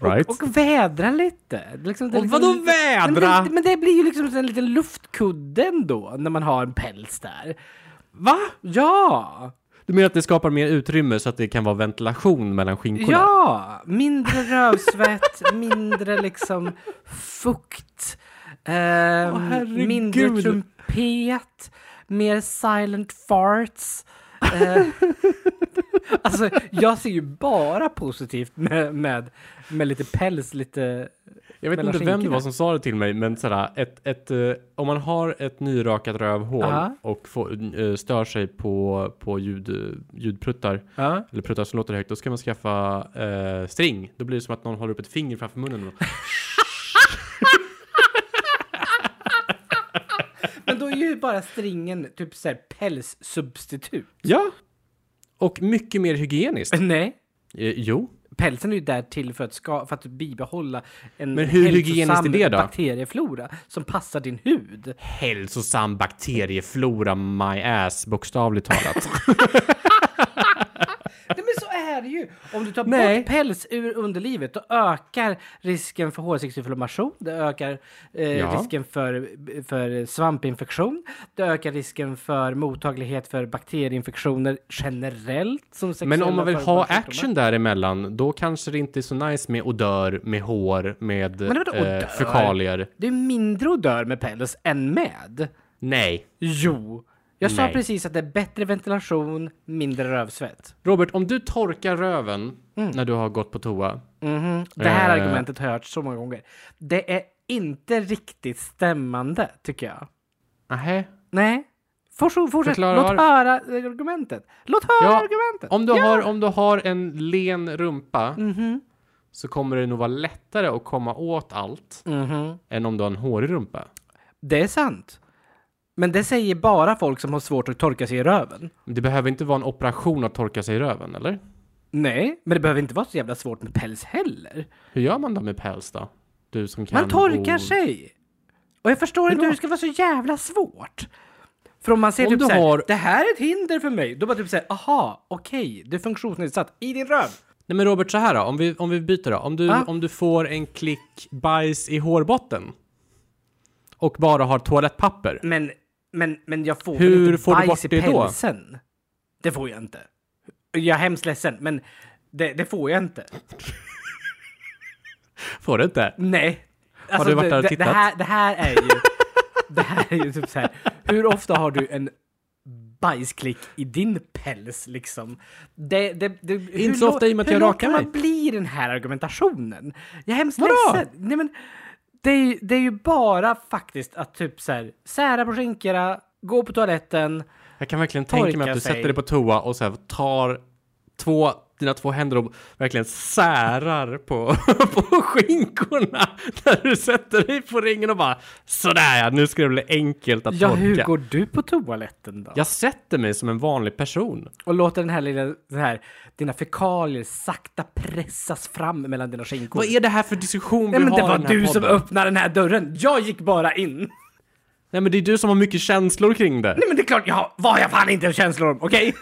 A: right?
B: Och vädra lite. Liksom, det är
A: Och
B: liksom-
A: vadå vädra?
B: Men det, men det blir ju liksom en liten luftkudde ändå när man har en päls där.
A: Va?
B: Ja!
A: Du menar att det skapar mer utrymme så att det kan vara ventilation mellan skinkorna?
B: Ja! Mindre
A: *laughs*
B: rövsvett, mindre liksom fukt, ehm,
A: Åh, herregud.
B: mindre trumpet, mer silent farts.
A: *laughs*
B: Eh, alltså, jag ser ju bara positivt med, med, med lite päls, lite...
A: Jag vet
B: Mellan
A: inte vem det
B: skinkorna.
A: var som sa det till mig, men sådär, ett, ett, eh, om man har ett nyrakat rövhål
B: Ja.
A: och får, eh, stör sig på, på ljud, eh, ljudpruttar,
B: Ja.
A: eller pruttar som låter högt, då ska man skaffa eh, string. Då blir det som att någon håller upp ett finger framför munnen.
B: Men då är ju bara stringen typ såhär pälssubstitut.
A: ja! Och mycket mer hygieniskt.
B: Nej.
A: Eh, jo.
B: Pälsen är ju där till för att, ska, för att bibehålla en
A: Men hur hygieniskt är det då?
B: bakterieflora som passar din hud.
A: Hälsosam bakterieflora my ass, bokstavligt
B: *laughs*
A: talat.
B: Nej men så är det ju! Om du tar
A: Nej.
B: bort päls ur underlivet då ökar risken för hårsäcksinflammation, det ökar eh,
A: Ja.
B: risken för, för svampinfektion, det ökar risken för mottaglighet för bakterieinfektioner generellt. Som
A: Men om man vill
B: sexuella
A: ha
B: sjukdomar.
A: action däremellan, då kanske det inte är så nice med odör, med hår, med
B: Men vadå odör?
A: eh, fekalier.
B: Det är mindre odör med päls än med.
A: Nej.
B: Jo. Jag sa
A: Nej.
B: precis att det är bättre ventilation, mindre rövsvett.
A: Robert, om du torkar röven
B: Mm.
A: när du har gått på toa.
B: Det här
A: Eh.
B: argumentet har jag hört så många gånger. Det är inte riktigt stämmande, tycker jag.
A: Nähä?
B: Nej. Fortsätt, fortsätt.
A: Förklara
B: låt
A: var-
B: höra argumentet. Låt höra
A: Ja,
B: argumentet.
A: Om du,
B: Ja. Mm-hmm.
A: har, om du har en len rumpa så kommer det nog vara lättare att komma åt allt
B: Mhm.
A: än om du har en hårig rumpa.
B: Det är sant. Men det säger bara folk som har svårt att torka sig i röven.
A: Det behöver inte vara en operation att torka sig i röven, eller?
B: Nej, men det behöver inte vara så jävla svårt med päls heller.
A: Hur gör man då med päls då? Du som kan
B: Man torkar
A: och-
B: sig! Och jag förstår inte hur det ska vara så jävla svårt. För om man ser
A: Om
B: typ
A: du
B: såhär,
A: har-
B: det här är ett hinder för mig. Då bara typ såhär, aha, okej, du är funktionsnedsatt i din röv.
A: Nej men Robert, så här då. Om vi, om vi byter då. Om du,
B: Ja.
A: om du får en klick bajs i hårbotten och bara har toalettpapper.
B: Men, men, men jag får
A: Hur
B: väl inte
A: får du
B: bajs
A: bort
B: i
A: det då?
B: pälsen? Det får jag inte. Jag är hemskt ledsen, men det, det får jag inte.
A: Får du inte?
B: Nej. Alltså,
A: du varit
B: det-
A: där och
B: det,
A: tittat?
B: Det här, det här är ju... *laughs* det här är ju typ så här. Hur ofta har du en bajsklick i din päls liksom? Det, det, det, hur
A: så
B: lång-
A: ofta i och med att
B: hur
A: jag
B: lång
A: rakar
B: kan
A: mig.
B: man bli i den här argumentationen? Jag är hemskt
A: Vadå?
B: ledsen. Nej, men, det, är, ju- det är ju bara faktiskt att typ så här, sära på skinkorna, gå på toaletten.
A: Jag kan verkligen tänka mig
B: Torka
A: att du
B: sig.
A: sätter dig på toa och så här, tar två dina två händer och verkligen särar på, *laughs* på skinkorna när du sätter dig på ringen och bara sådär ja, nu ska det bli enkelt att
B: Ja, hur
A: torka.
B: går du på toaletten då?
A: Jag sätter mig som en vanlig person.
B: Och låter den här lilla, den här, dina fekalier sakta pressas fram mellan dina skinkor.
A: Vad är det här för diskussion vi
B: Nej, men
A: har
B: det
A: i
B: var
A: den här
B: du som
A: podden?
B: öppnade den här dörren. Jag gick bara in.
A: Nej men det är du som har mycket känslor kring det.
B: Nej men det är klart jag har, vad har jag fan inte känslor om, okej?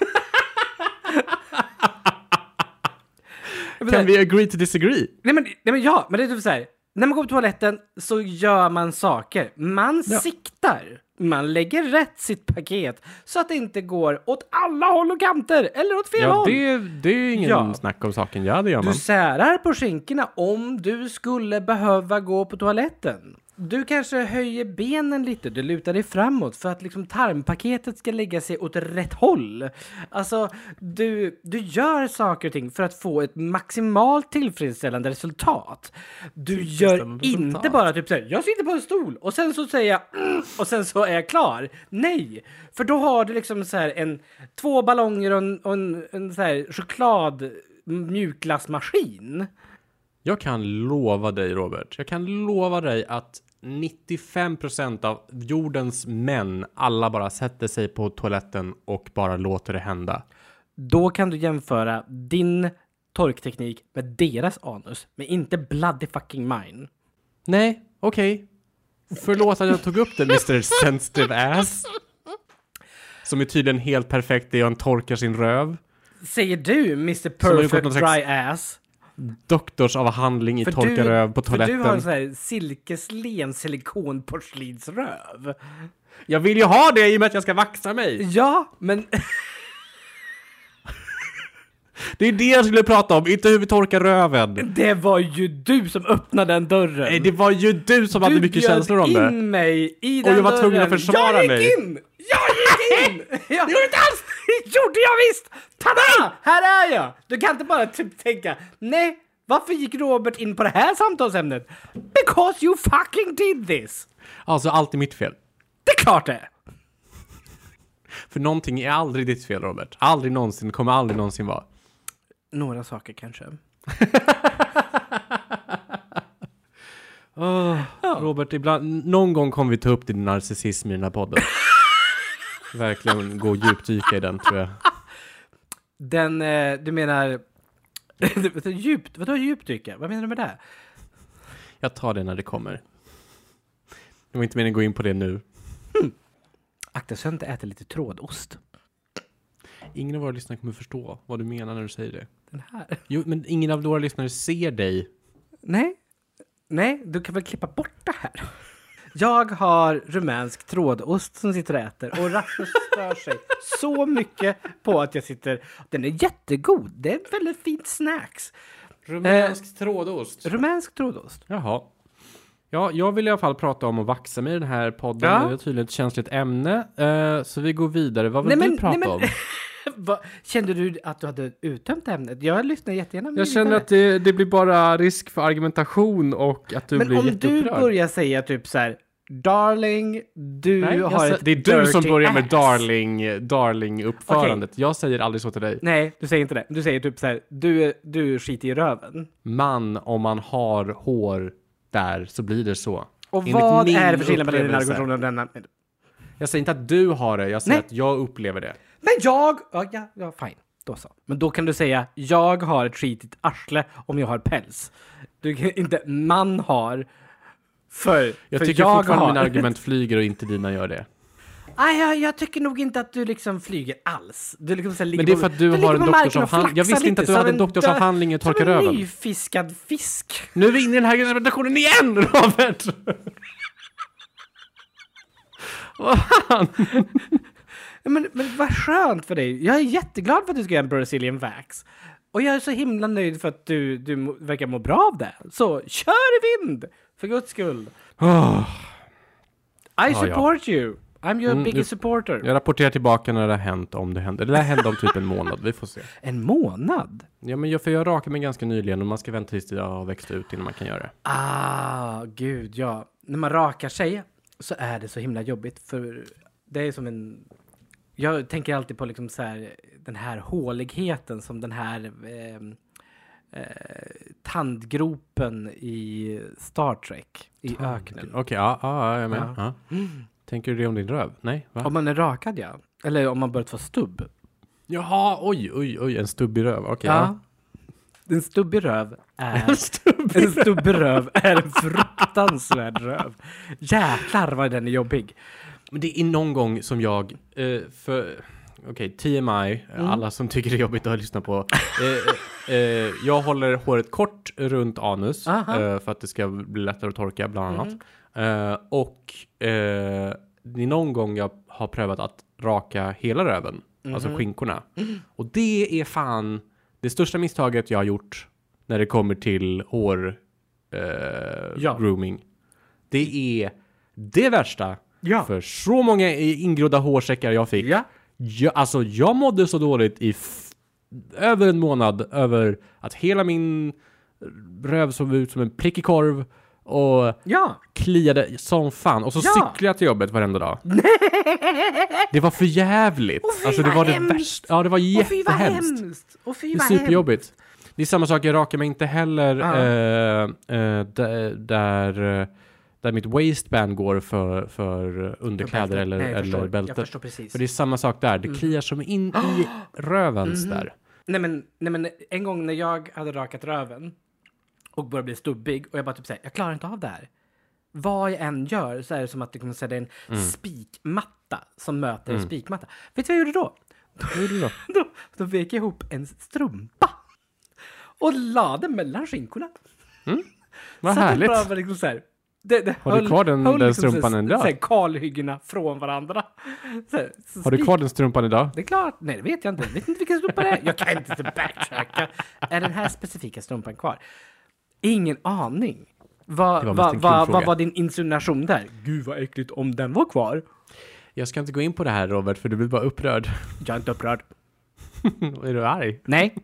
A: Kan vi agree to disagree?
B: nej, men, nej men ja, men det är typ så här. När man går på toaletten så gör man saker. Man siktar. Man lägger rätt sitt paket så att det inte går åt alla håll och kanter eller åt fel
A: Ja,
B: håll.
A: det, det är ingen
B: Ja.
A: snack om saken. Ja, det gör man.
B: Du särar på skinkorna om du skulle behöva gå på toaletten. Du kanske höjer benen lite, du lutar dig framåt för att liksom tarmpaketet ska lägga sig åt rätt håll. Alltså, du, du gör saker och ting för att få ett maximalt tillfredsställande resultat. Du gör
A: Tillfredsställande
B: inte
A: resultat.
B: bara typ såhär, jag sitter på en stol och sen så säger jag "Mm", och sen så är jag klar. Nej, för då har du liksom så här en, två ballonger och en, och en, en så här choklad mjukglassmaskin.
A: Jag kan lova dig Robert, jag kan lova dig att 95% av jordens män alla bara sätter sig på toaletten och bara låter det hända.
B: Då kan du jämföra din torkteknik med deras anus, men inte bloody fucking mine.
A: Nej, okej. Förlåt att jag tog upp det
B: *laughs*
A: Mr. Sensitive Ass. Som är tydligen helt perfekt det han torkar sin röv.
B: Säger du Mr
A: har ju gått
B: Perfect
A: någon
B: Dry
A: slags-
B: Ass?
A: Doktorsavhandling i torka röv på
B: För du har en
A: toaletten.
B: sån här silkeslen silikonporslinsröv.
A: Jag vill ju ha det i och med att jag ska vaxa mig!
B: Ja, men *laughs*
A: Det är det jag skulle prata om, inte hur vi torkar röven.
B: det var ju du som öppnade den dörren.
A: Nej, det var ju du som hade
B: du
A: mycket
B: bjöd
A: känslor om det.
B: in mig i den
A: jag var tvungen
B: dörren.
A: att försvara
B: jag
A: mig.
B: gick in! Jag gick
A: *laughs*
B: in! jag... Det gjorde inte alls! Det gjorde jag visst! Tada! Här är jag! Du kan inte bara typ tänka, nej, varför gick Robert in på det här samtalsämnet? Because you fucking did this!
A: Alltså allt är mitt fel.
B: Det är klart det!
A: För någonting är aldrig ditt fel Robert. Aldrig någonsin, kommer aldrig någonsin vara.
B: Några saker kanske.
A: Robert, ibland, någon gång kommer vi ta upp din narcissism i den här podden.
B: *laughs*
A: Verkligen gå och djupdyka i den tror jag.
B: Den, eh, du menar... *laughs* djupt, vadå djupdyka? Vad menar du med det?
A: Jag tar det när det kommer. Det var inte meningen att gå in på det nu.
B: Akta så att jag inte äter lite trådost.
A: Ingen av våra lyssnare kommer förstå vad du menar när du säger det.
B: Den här.
A: Jo, men ingen av våra lyssnare ser dig.
B: Nej. Nej, du kan väl klippa bort det här? Jag har rumänsk trådost som sitter och äter och Rasmus stör sig
A: Eh,
B: så mycket på att jag sitter... Den är jättegod, det är en väldigt fint snacks. Rumänsk
A: trådost.
B: Rumänsk trådost.
A: Jaha. Ja, jag vill i alla fall prata om att vaxa mig i den här podden.
B: Ja.
A: Det är tydligen ett känsligt ämne. Eh, så vi går vidare. Vad
B: Nej,
A: vill
B: men-
A: du prata
B: nej, men- *laughs*
A: om?
B: Va, kände du att du hade uttömt ämnet? Jag lyssnar jättegärna. men
A: Jag känner
B: lyssnar.
A: att det, det blir bara risk för argumentation och att du
B: Men
A: blir
B: om du
A: jätteupprörd.
B: börjar säga typ så här, darling, du
A: Nej, jag
B: har
A: sa-
B: ett
A: det är du som
B: dirty
A: börjar med
B: ass."
A: darling, darling uppförandet. Jag säger aldrig så till dig.
B: Nej, du säger inte det. Du säger typ så här, du, är- du skiter i röven.
A: Man, om man har hår där så blir det så.
B: Och
A: Enligt
B: vad
A: min
B: är det för skillnad mellan din
A: upplevelse.
B: argumentation och denna?
A: Jag säger inte att du har det, jag säger
B: Nej.
A: att jag upplever det.
B: Men jag... Ja, ja, ja, fine. Då så. Men då kan du säga, jag har ett skitigt arsle om jag har päls. Du kan inte, man har. För
A: Jag
B: för
A: tycker fortfarande
B: har.
A: mina argument flyger och inte dina gör det.
B: Aj, jag, jag tycker nog inte att du liksom flyger alls. Du liksom så här ligger
A: det är
B: på-
A: för att du
B: ligger
A: har en
B: på marken och
A: doktorsavhandling. Jag
B: flaxar
A: visste inte att
B: lite
A: du hade
B: som
A: en doktorsavhandling i
B: dö-
A: torka
B: Som
A: röven.
B: en nyfiskad fisk.
A: Nu är vi inne i den här argumentationen igen, *laughs* Robert!
B: Men, men vad skönt för dig. Jag är jätteglad för att du ska göra en Brazilian vax. Och jag är så himla nöjd för att du, du mo- verkar må bra av det. Så kör i vind! För guds skull.
A: Ah.
B: I
A: ja.
B: support you. I'm your biggest supporter.
A: Jag rapporterar tillbaka när det har hänt, om det händer. Det där hände om typ en månad, vi får se.
B: En månad?
A: Ja, men jag, för jag rakade mig ganska nyligen och man ska vänta tills jag har växt ut innan man kan göra det.
B: Ah, gud ja. När man rakar sig så är det så himla jobbigt för det är som en... Jag tänker alltid på liksom så här, den här håligheten som den här ehm, eh, tandgropen i Star Trek i öknen.
A: Okej, ja, ja, ja, jag är med.
B: Ja.
A: Ja. Tänker du det om din röv? Nej, va?
B: Om man är rakad ja. Eller om man börjat få stubb.
A: Jaha, oj, oj, oj, en stubbig röv. Okej, ja.
B: Ja. En stubbig röv är...
A: *laughs* En stubbig
B: En stubbig röv är en fruktansvärd röv. Jäklar vad den är jobbig.
A: Men det är någon gång som jag, eh, för, okej, TMI,
B: Mm.
A: alla som tycker det är jobbigt att lyssna på. Eh, eh, jag håller håret kort runt anus
B: Aha. Mm.
A: eh, för att det ska bli lättare att torka bland annat. Eh, och eh, det är någon gång jag har prövat att raka hela röven,
B: Mm.
A: alltså skinkorna. Och det är fan det största misstaget jag har gjort när det kommer till hår eh,
B: Ja.
A: grooming. Det är det värsta
B: Ja.
A: för så många ingrodda hårsäckar jag fick.
B: Ja.
A: Jag, alltså, jag mådde så dåligt i f- över en månad över att hela min röv såg ut som en prickig korv och
B: Ja.
A: kliade som fan. Och så
B: Ja.
A: cyklade jag till jobbet varenda
B: *laughs*
A: dag. det var för jävligt.
B: fy,
A: alltså, det
B: vad
A: var det
B: hemskt.
A: värsta. Ja, det var
B: Och fy vad
A: jättehemskt.
B: hemskt. Och fy
A: Det
B: vad
A: är
B: hemskt.
A: superjobbigt. Det är samma sak, jag rakar mig inte heller
B: Ja.
A: eh, eh, d- där, eh, där mitt waistband går för, för underkläder eller,
B: Nej, jag
A: eller
B: förstår. Jag
A: bälte.
B: förstår Mm. precis.
A: För det är samma sak där, det kliar som in
B: *gasps*
A: i
B: Mm-hmm.
A: rövens där.
B: Nej men, nej men en gång när jag hade rakat röven och började bli stubbig och jag bara typ såhär, jag klarar inte av det här. Vad jag än gör så är det som att det kommer säga det är en spikmatta som möter en spikmatta. Vet du vad jag gjorde då? *laughs*
A: Vad gjorde du då?
B: Då, då vek jag ihop en strumpa och la den mellan skinkorna.
A: Vad
B: Så att det
A: härligt!
B: bara var liksom så här, det, det liksom
A: Har du kvar den- den strumpan
B: så här-
A: ändå?
B: Så här kalhyggena från varandra. Så här, så
A: Har du
B: spik-
A: kvar den strumpan idag?
B: Det är klart, nej det vet jag inte. Jag vet inte vilken strumpa det är. Jag kan inte backtracka. Är den här specifika strumpan kvar? Ingen aning. Vad
A: Det var
B: var,
A: mest
B: va,
A: en kul
B: va,
A: fråga.
B: vad var din insinuation där? Gud vad äckligt om den var kvar.
A: Jag ska inte gå in på det här Robert, för du blir bara upprörd. *laughs*
B: Jag är inte upprörd.
A: är du arg?
B: Nej,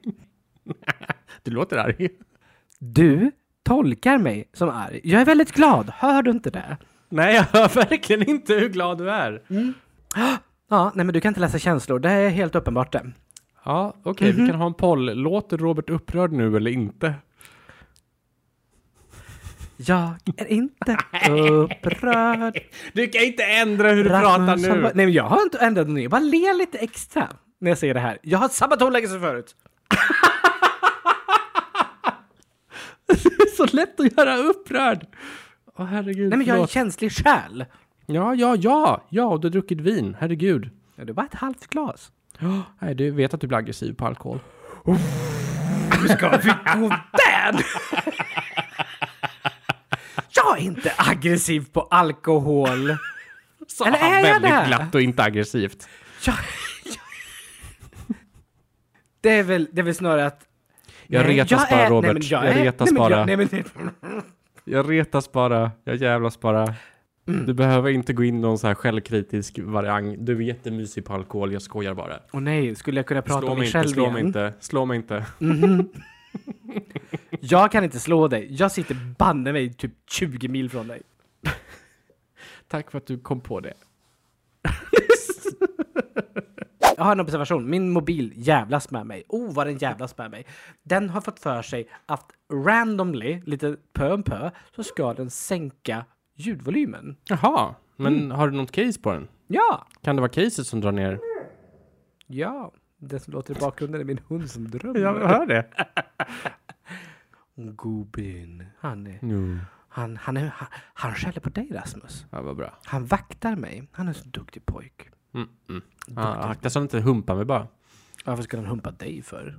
A: Du låter arg. *laughs*
B: du tolkar mig som arg. Jag är väldigt glad, hör du inte det?
A: Nej, jag hör verkligen inte hur glad du är.
B: Ja, nej men du kan inte läsa känslor, det är helt uppenbart det.
A: Ja, okej,
B: Mm-hmm.
A: vi kan ha en poll. Låter Robert upprörd nu eller inte?
B: Jag är
A: *laughs*
B: inte upprörd.
A: Du kan inte ändra hur du pratar
B: Rasmus
A: nu.
B: Samba- Nej men jag har inte ändrat någonting, jag bara ler lite extra när jag säger det här. Jag har sabbat tonläge som förut.
A: *laughs* Det är så lätt att göra upprörd. Åh herregud,
B: Nej men jag är en
A: förlåt.
B: känslig själ.
A: Ja, ja, ja, ja, och du har druckit vin. Herregud.
B: Ja, det var ett halvt glas.
A: Ja, Nej, du vet att du blir aggressiv på alkohol.
B: Du ska vi gå där? *laughs* Jag är inte aggressiv på alkohol.
A: Sa
B: Eller är jag det?
A: och inte aggressivt.
B: Jag, jag... Det, är väl, det är väl snarare att...
A: Jag retas bara,
B: är-
A: Robert.
B: men
A: Jag
B: är-
A: retas
B: nej, men
A: bara.
B: Jag, nej, men,
A: Jag retas bara, jag jävlas bara.
B: Mm.
A: Du behöver inte gå in i någon så här självkritisk variant. Du är jättemysig på alkohol, jag skojar bara.
B: Åh nej, skulle jag kunna prata
A: Slå
B: om
A: mig
B: mig
A: inte,
B: själv
A: slå
B: igen? Mm.
A: mig inte, slå mig inte.
B: Jag kan inte slå dig. Jag sitter banne mig typ 20 mil från dig.
A: Tack för att du kom på det.
B: *laughs* Jag har en observation. Min mobil jävlas med mig. Oh, vad den jävlas med mig. Den har fått för sig att randomly, lite pö om pö, så ska den sänka ljudvolymen.
A: Jaha, men
B: Mm.
A: har du något case på den?
B: Ja,
A: Kan det vara caset som drar ner?
B: ja. Det som låter i bakgrunden är min hund som drömmer.
A: hör det.
B: Gubben. Han, är, han, han, är, han, han skäller på dig Rasmus.
A: Ja, vad bra.
B: Han vaktar mig. Han är så duktig pojk.
A: Mm, mm. Ah, akta så han inte humpar mig bara. *laughs*
B: Varför skulle han humpa dig för?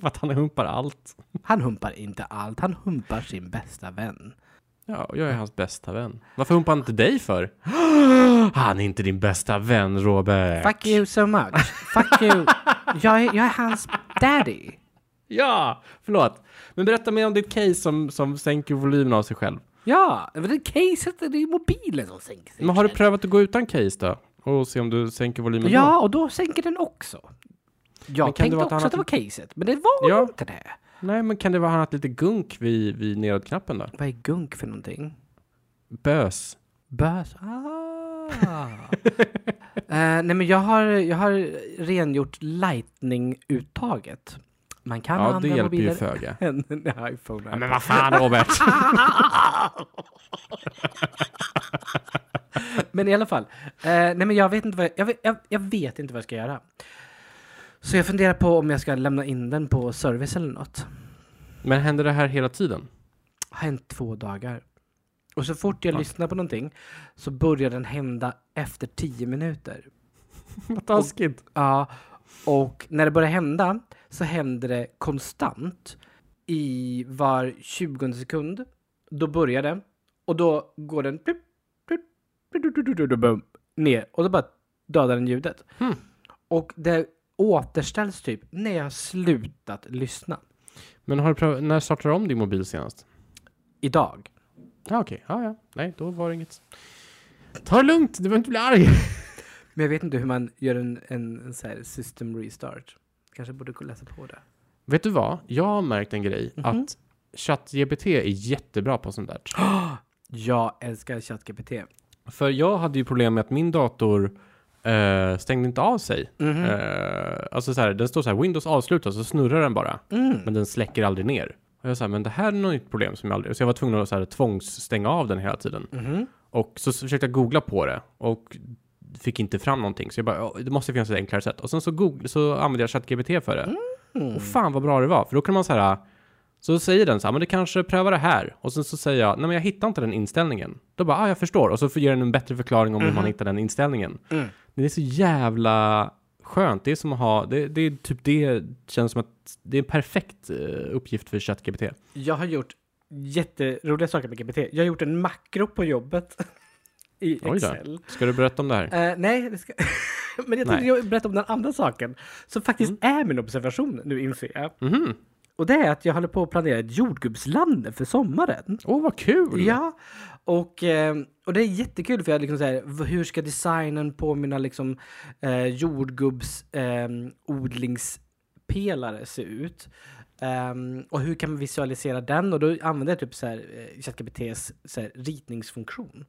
A: för att han humpar allt.
B: Han humpar inte allt. Han humpar sin bästa vän.
A: Ja, och jag är hans bästa vän. Varför humpar han inte dig för? *gasps* Han är inte din bästa vän, Robert.
B: Fuck you so much. Fuck you. Jag är, jag är hans daddy.
A: Ja, förlåt. Men berätta mer om ditt case som, som sänker volymen av sig själv.
B: Ja, men det är caset, det är mobilen som sänker sig.
A: Men har du prövat att gå utan case då? Och se om du sänker volymen
B: Ja, och då sänker den också.
A: kan
B: Jag
A: det
B: tänkte
A: vara ett
B: också
A: annat-
B: att typ- det var caset, men det var
A: Ja.
B: inte det.
A: då? Nej, men kan det vara han haft lite gunk vid, vid nedåtknappen då?
B: Vad är gunk för någonting?
A: Bös.
B: Bös? Ah. *laughs* Eh, nej men jag har, jag har rengjort lightning-uttaget. Man kan
A: Ja, det
B: andra
A: hjälper ju *laughs*
B: mobiler
A: föga.
B: *laughs* än en iPhone.
A: Men vad fan Robert!
B: *laughs* Men i alla fall. Eh, nej men jag vet, inte vad jag, jag, vet, jag, jag vet inte vad jag ska göra. Så jag funderar på om jag ska lämna in den på service eller något.
A: Men händer det här hela tiden?
B: Har hänt två dagar. Och så fort jag lyssnar på någonting så börjar den hända efter tio minuter.
A: *laughs* Vad taskigt!
B: Ja, och när det börjar hända så händer det konstant i var 20 sekund. Då börjar det och då går den plup, plup, plup, plup, plup, plup, plup, bum, ner och då bara dödar den ljudet.
A: Hmm.
B: Och det återställs typ när jag har slutat lyssna.
A: Men har du prövat, när startade du om din mobil senast?
B: Idag.
A: Ja ah, okej, ah, ja. Nej, då var det inget. Ta det lugnt, du behöver inte bli arg. *laughs*
B: Men jag vet inte hur man gör en, en, en så här system restart. Kanske borde gå läsa på det.
A: Vet du vad? Jag har märkt en grej. Att ChatGPT är jättebra på sånt där.
B: Jag älskar ChatGPT.
A: *gasps* För jag hade ju problem med att min dator eh, stängde inte av sig.
B: Mm-hmm.
A: Eh, alltså så här, den står så här, Windows avslutas så snurrar den bara.
B: Mm-hmm.
A: Men den släcker aldrig ner. Och jag sa, men det här är nog ett problem som jag aldrig... Så jag var tvungen att så här, tvångsstänga av den hela tiden.
B: Mm-hmm.
A: Och så s- försökte jag googla på det och fick inte fram någonting. Så jag bara, "Ja, det måste finnas ett enklare sätt. Och sen så, googl- så använde jag ChatGPT för det. Och fan vad bra det var, för då kan man så här... Så säger den så här, men du kanske prövar det här. Och sen så säger jag, nej men jag hittar inte den inställningen. Då bara, ah jag förstår. Och så ger den en bättre förklaring om hur man hittar den inställningen. Det är så jävla skönt. Det är som att ha, det, det är typ det känns som att det är en perfekt eh, uppgift för ChatGPT.
B: Jag har gjort jätteroliga saker med GPT. Jag har gjort en makro på jobbet *laughs* i
A: Oj då.
B: Excel.
A: Ska du berätta om det här?
B: Eh, nej, det ska... *laughs* men jag tänkte
A: Nej. Mm.
B: jag berätta om den andra saken som faktiskt är min observation nu inser jag.
A: Mhm.
B: Och det är att jag håller på att planera ett jordgubbsland för sommaren.
A: Åh vad kul!
B: Ja, och, eh, och det är jättekul för jag liksom så här, v- hur ska designen på mina liksom eh, jordgubbs eh, odlingspelare se ut? Ehm, och hur kan man visualisera den? Och då använder jag typ så här eh, ChatGPTs så här, ritningsfunktion.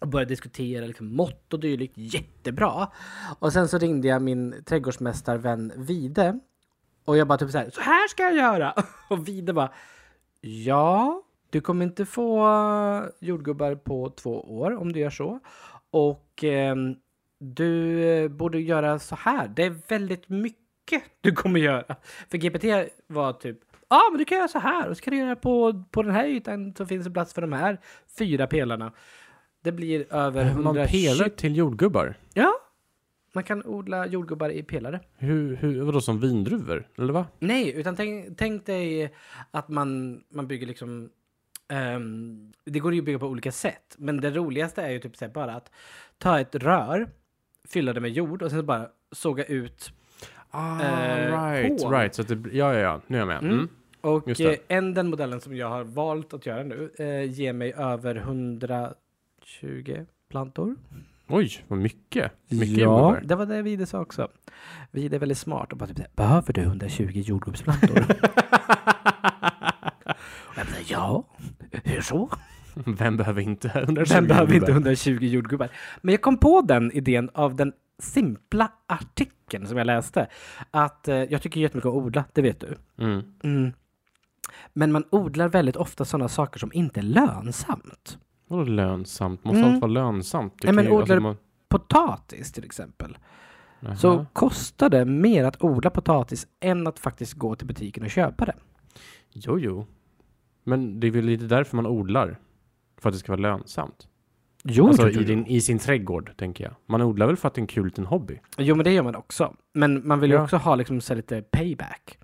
B: Och började diskutera liksom, mått och dylikt. Jättebra! Och sen så ringde jag min trädgårdsmästarvän Vide. Och jag bara typ så här, så här ska jag göra! *laughs* Och Vide bara, Ja, du kommer inte få eh, jordgubbar på två år om du gör så. Och ehm, du eh, borde göra så här. Det är väldigt mycket du kommer göra. För GPT var typ, ja ah, men du kan göra så här och så kan du göra på, på den här ytan så finns det plats för de här fyra pelarna. Det blir över
A: Man
B: 120...
A: pelar till jordgubbar.
B: Ja, man kan odla jordgubbar i pelare.
A: Hur, hur, vadå som vindruvor? Eller va?
B: Nej, utan tänk, tänk dig att man, man bygger liksom... ehm, det går ju att bygga på olika sätt. Men det roligaste är ju typ så här bara att ta ett rör, fylla det med jord och sen så bara såga ut.
A: Ah,
B: Eh,
A: right,
B: hål.
A: right. Så att det, blir- ja, ja, ja. Nu är jag med. Mm. Just
B: Och
A: det.
B: eh, än den modellen som jag har valt att göra nu eh, ger mig över 120 plantor.
A: Oj, vad mycket. Mycket
B: ja,
A: jordgubbar. *laughs*
B: det var det Vide sa också. Vide är väldigt smart och bara typ så här, behöver du 120 jordgubbsplantor? *laughs* och jag bara, ja, hur så?
A: Vem behöver inte 120
B: Den behöver inte
A: jordgubbar?
B: 120 jordgubbar. Men jag kom på den idén av den simpla artikeln som jag läste. Att eh, jag tycker jättemycket om att odla, det vet du.
A: Mm.
B: Mm. Men man odlar väldigt ofta sådana saker som inte är lönsamt.
A: Vadå lönsamt? Måste
B: Mm.
A: allt vara lönsamt? Du
B: Nej, men
A: kan ju- alltså,
B: odlar-
A: man-
B: Potatis till exempel.
A: Jaha.
B: Så kostar det mer att odla potatis än att faktiskt gå till butiken och köpa det.
A: Jo, jo. Men det är väl lite därför man odlar? För att det ska vara lönsamt?
B: Jo,
A: alltså
B: jo, jo,
A: i, din, i sin trädgård, tänker jag. Man odlar väl för att det är en kul liten hobby?
B: jo, men det gör man också. Men man vill ju
A: Ja.
B: också ha liksom, så här lite payback.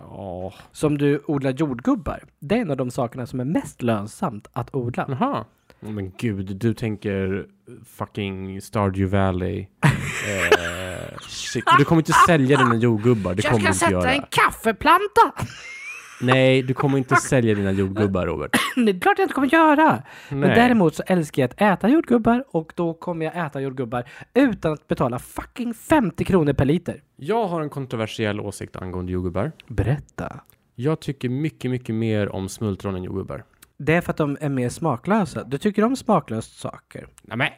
A: Ja.
B: Så om du odlar jordgubbar, det är en av de sakerna som är mest lönsamt att odla.
A: Jaha. Oh, Men gud, du tänker fucking Stardew
B: *laughs*
A: Valley. eh, shit. Du kommer inte sälja dina jordgubbar, det kommer du inte göra.
B: kaffeplanta! *laughs*
A: Nej, du kommer inte sälja dina jordgubbar, Robert.
B: Det är klart jag inte kommer göra! Men
A: Nej.
B: däremot så älskar jag att äta jordgubbar och då kommer jag äta jordgubbar utan att betala fucking 50 kronor per liter.
A: Jag har en kontroversiell åsikt angående jordgubbar.
B: Berätta.
A: Jag tycker mycket, mycket mer om smultron än jordgubbar.
B: Det är för att de är mer smaklösa. Du tycker om smaklösa saker.
A: Nej, men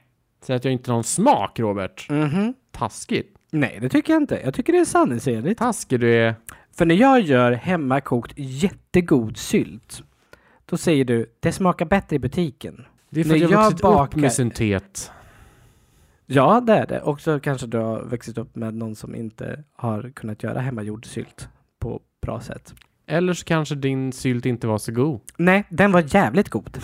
A: Säg att jag inte har någon smak, Robert. Taskigt.
B: Mhm. Nej, det tycker jag inte. Jag tycker det är sanningsenligt.
A: Taskig du är.
B: För när jag gör hemmakokt jättegod sylt, då säger du det smakar bättre i butiken.
A: Det är för
B: När
A: att jag
B: jag
A: har vuxit upp
B: bakar-
A: med syntet.
B: Ja, det är det. Och så kanske du har växt upp med någon som inte har kunnat göra hemmagjord sylt på bra sätt.
A: Eller så kanske din sylt inte var så god.
B: Nej, den var jävligt god.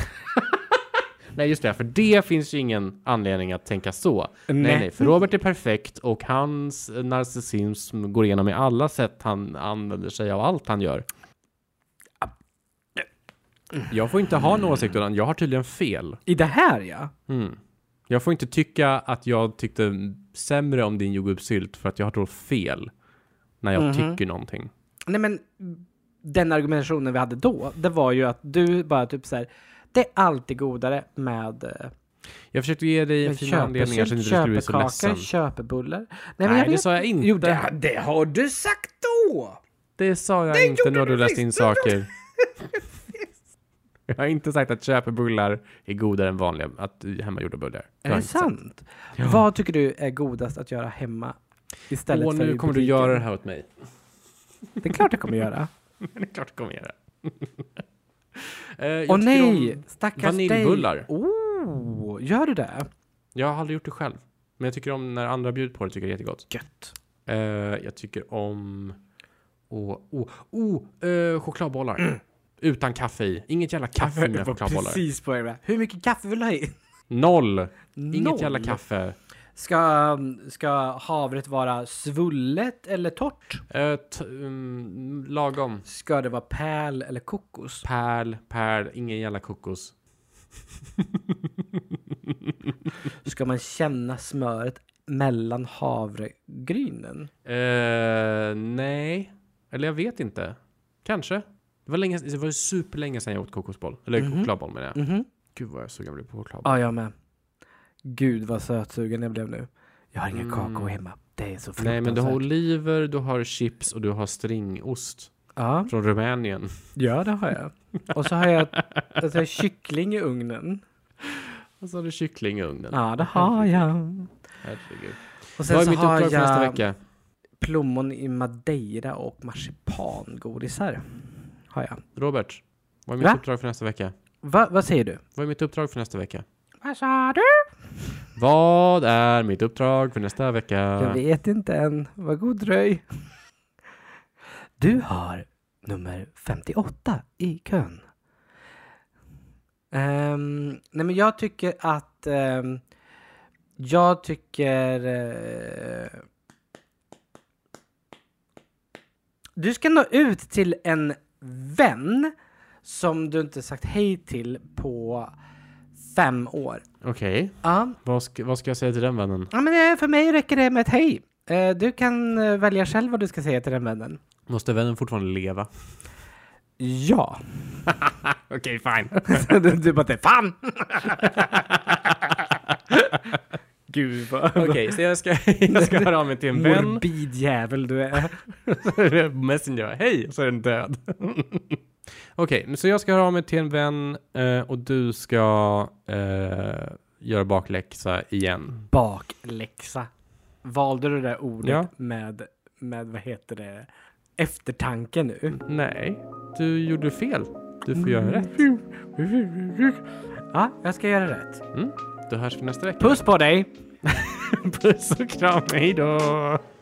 A: Nej, just det. För det finns ju ingen anledning att tänka så. Nej,
B: Nej.
A: nej. För Robert är perfekt och hans narcissism går igenom i alla sätt han använder sig av allt han gör. Jag får inte ha en åsikt utan jag har tydligen fel.
B: I det här ja.
A: Mm. Jag får inte tycka att jag tyckte sämre om din jordgubbssylt för att jag har då fel när jag
B: Mhm.
A: tycker någonting.
B: Nej men den argumentationen vi hade då, det var ju att du bara typ så här, det är alltid godare med eh,
A: Jag försökte ge dig en fin anledning så att du inte skulle bli så ledsen.
B: köpekakor, köpebullar. Nej, men
A: Nej,
B: jag
A: det
B: vet-
A: sa jag inte.
B: Jo, det, det har du sagt då!
A: Det sa jag inte
B: gjorde
A: när du
B: du
A: läste
B: visst,
A: in
B: det
A: saker. *laughs* Jag har inte sagt att köpebullar är godare än vanliga, att hemmagjorda bullar. Det har jag
B: Är det
A: inte sagt.
B: sant? Vad tycker du är godast att göra hemma istället
A: Åh,
B: för
A: nu
B: i
A: kommer du
B: butiken?
A: göra det här åt mig. *laughs*
B: Det är klart jag kommer göra.
A: Det är klart du kommer göra. *laughs* Eh, jag
B: Åh
A: tycker
B: nej!
A: om-
B: Stackars
A: vaniljbullar.
B: dig. Oh, gör du det?
A: Jag har aldrig gjort det själv. Men jag tycker om när andra bjuder på det, tycker jag det är jättegott.
B: Gött.
A: Eh, jag tycker om... Åh, oh, oh, eh, chokladbollar. *clears throat* Utan kaffe i. Inget jävla
B: *laughs*
A: kaffe i mina chokladbollar.
B: Precis på det. Hur mycket kaffe vill du ha i?
A: Noll! Inget
B: Noll.
A: jävla kaffe.
B: Ska, ska havret vara svullet eller torrt?
A: Eh, t- mm, lagom.
B: Ska det vara pärl eller kokos?
A: Pärl, pärl, ingen jävla kokos.
B: Ska man känna smöret mellan havregrynen?
A: Eh, nej. Eller jag vet inte. Kanske. Det var, länge, det var ju superlänge sedan jag åt kokosboll. Eller chokladboll menar jag.
B: Mhm.
A: Gud vad jag är sugen blev på chokladboll.
B: Ja, jag med. Gud vad sötsugen jag blev nu. Jag har ingen kakao hemma. Det är så
A: nej
B: fruktansvärt.
A: men du har oliver, du har chips och du har stringost.
B: Ja,
A: Från Rumänien. *laughs*
B: ja det har jag. Och så har jag, och så har jag kyckling i ugnen.
A: Och så har du kyckling i ugnen.
B: Ja, det har jag.
A: Herregud.
B: Och
A: Vad
B: sen
A: är
B: så
A: mitt
B: har
A: uppdrag för nästa
B: jag
A: vecka?
B: plommon i madeira och marsipangodisar. Har jag.
A: Robert, vad är mitt
B: Va?
A: uppdrag för nästa vecka?
B: Va, vad säger du?
A: Vad är mitt uppdrag för nästa vecka?
B: Vad sa du?
A: Vad är mitt uppdrag för nästa vecka?
B: Jag vet inte än. Vad god dröj. Du har nummer 58 i kön. Ehm, nej men jag tycker att... ehm, jag tycker... eh, du ska nå ut till en vän som du inte sagt hej till på fem år.
A: Okej,
B: Ja,
A: vad, ska, vad ska jag säga till den vännen?
B: Ja, men eh, för mig räcker det med ett hej. Eh, Du kan eh, välja själv vad du ska säga till den vännen.
A: Måste vännen fortfarande leva?
B: Ja.
A: Okej, *laughs* fine.
B: *laughs* du, du bara, fan! Gud vad...
A: Okej, så jag ska, *laughs* jag ska höra av mig till en vän.
B: Morbid jävel du är.
A: *laughs* Messenger, hej! Och så är den död. *laughs* Okej, men så jag ska höra av mig till en vän eh, och du ska eh, göra bakläxa igen.
B: Bakläxa. Valde du det där ordet
A: Ja.
B: med, med, vad heter det, eftertanke nu?
A: Nej, du gjorde fel. Du får göra rätt.
B: Ja, jag ska göra rätt.
A: Då hörs vi nästa vecka. *laughs*
B: Puss på dig!
A: puss och kram, hej då!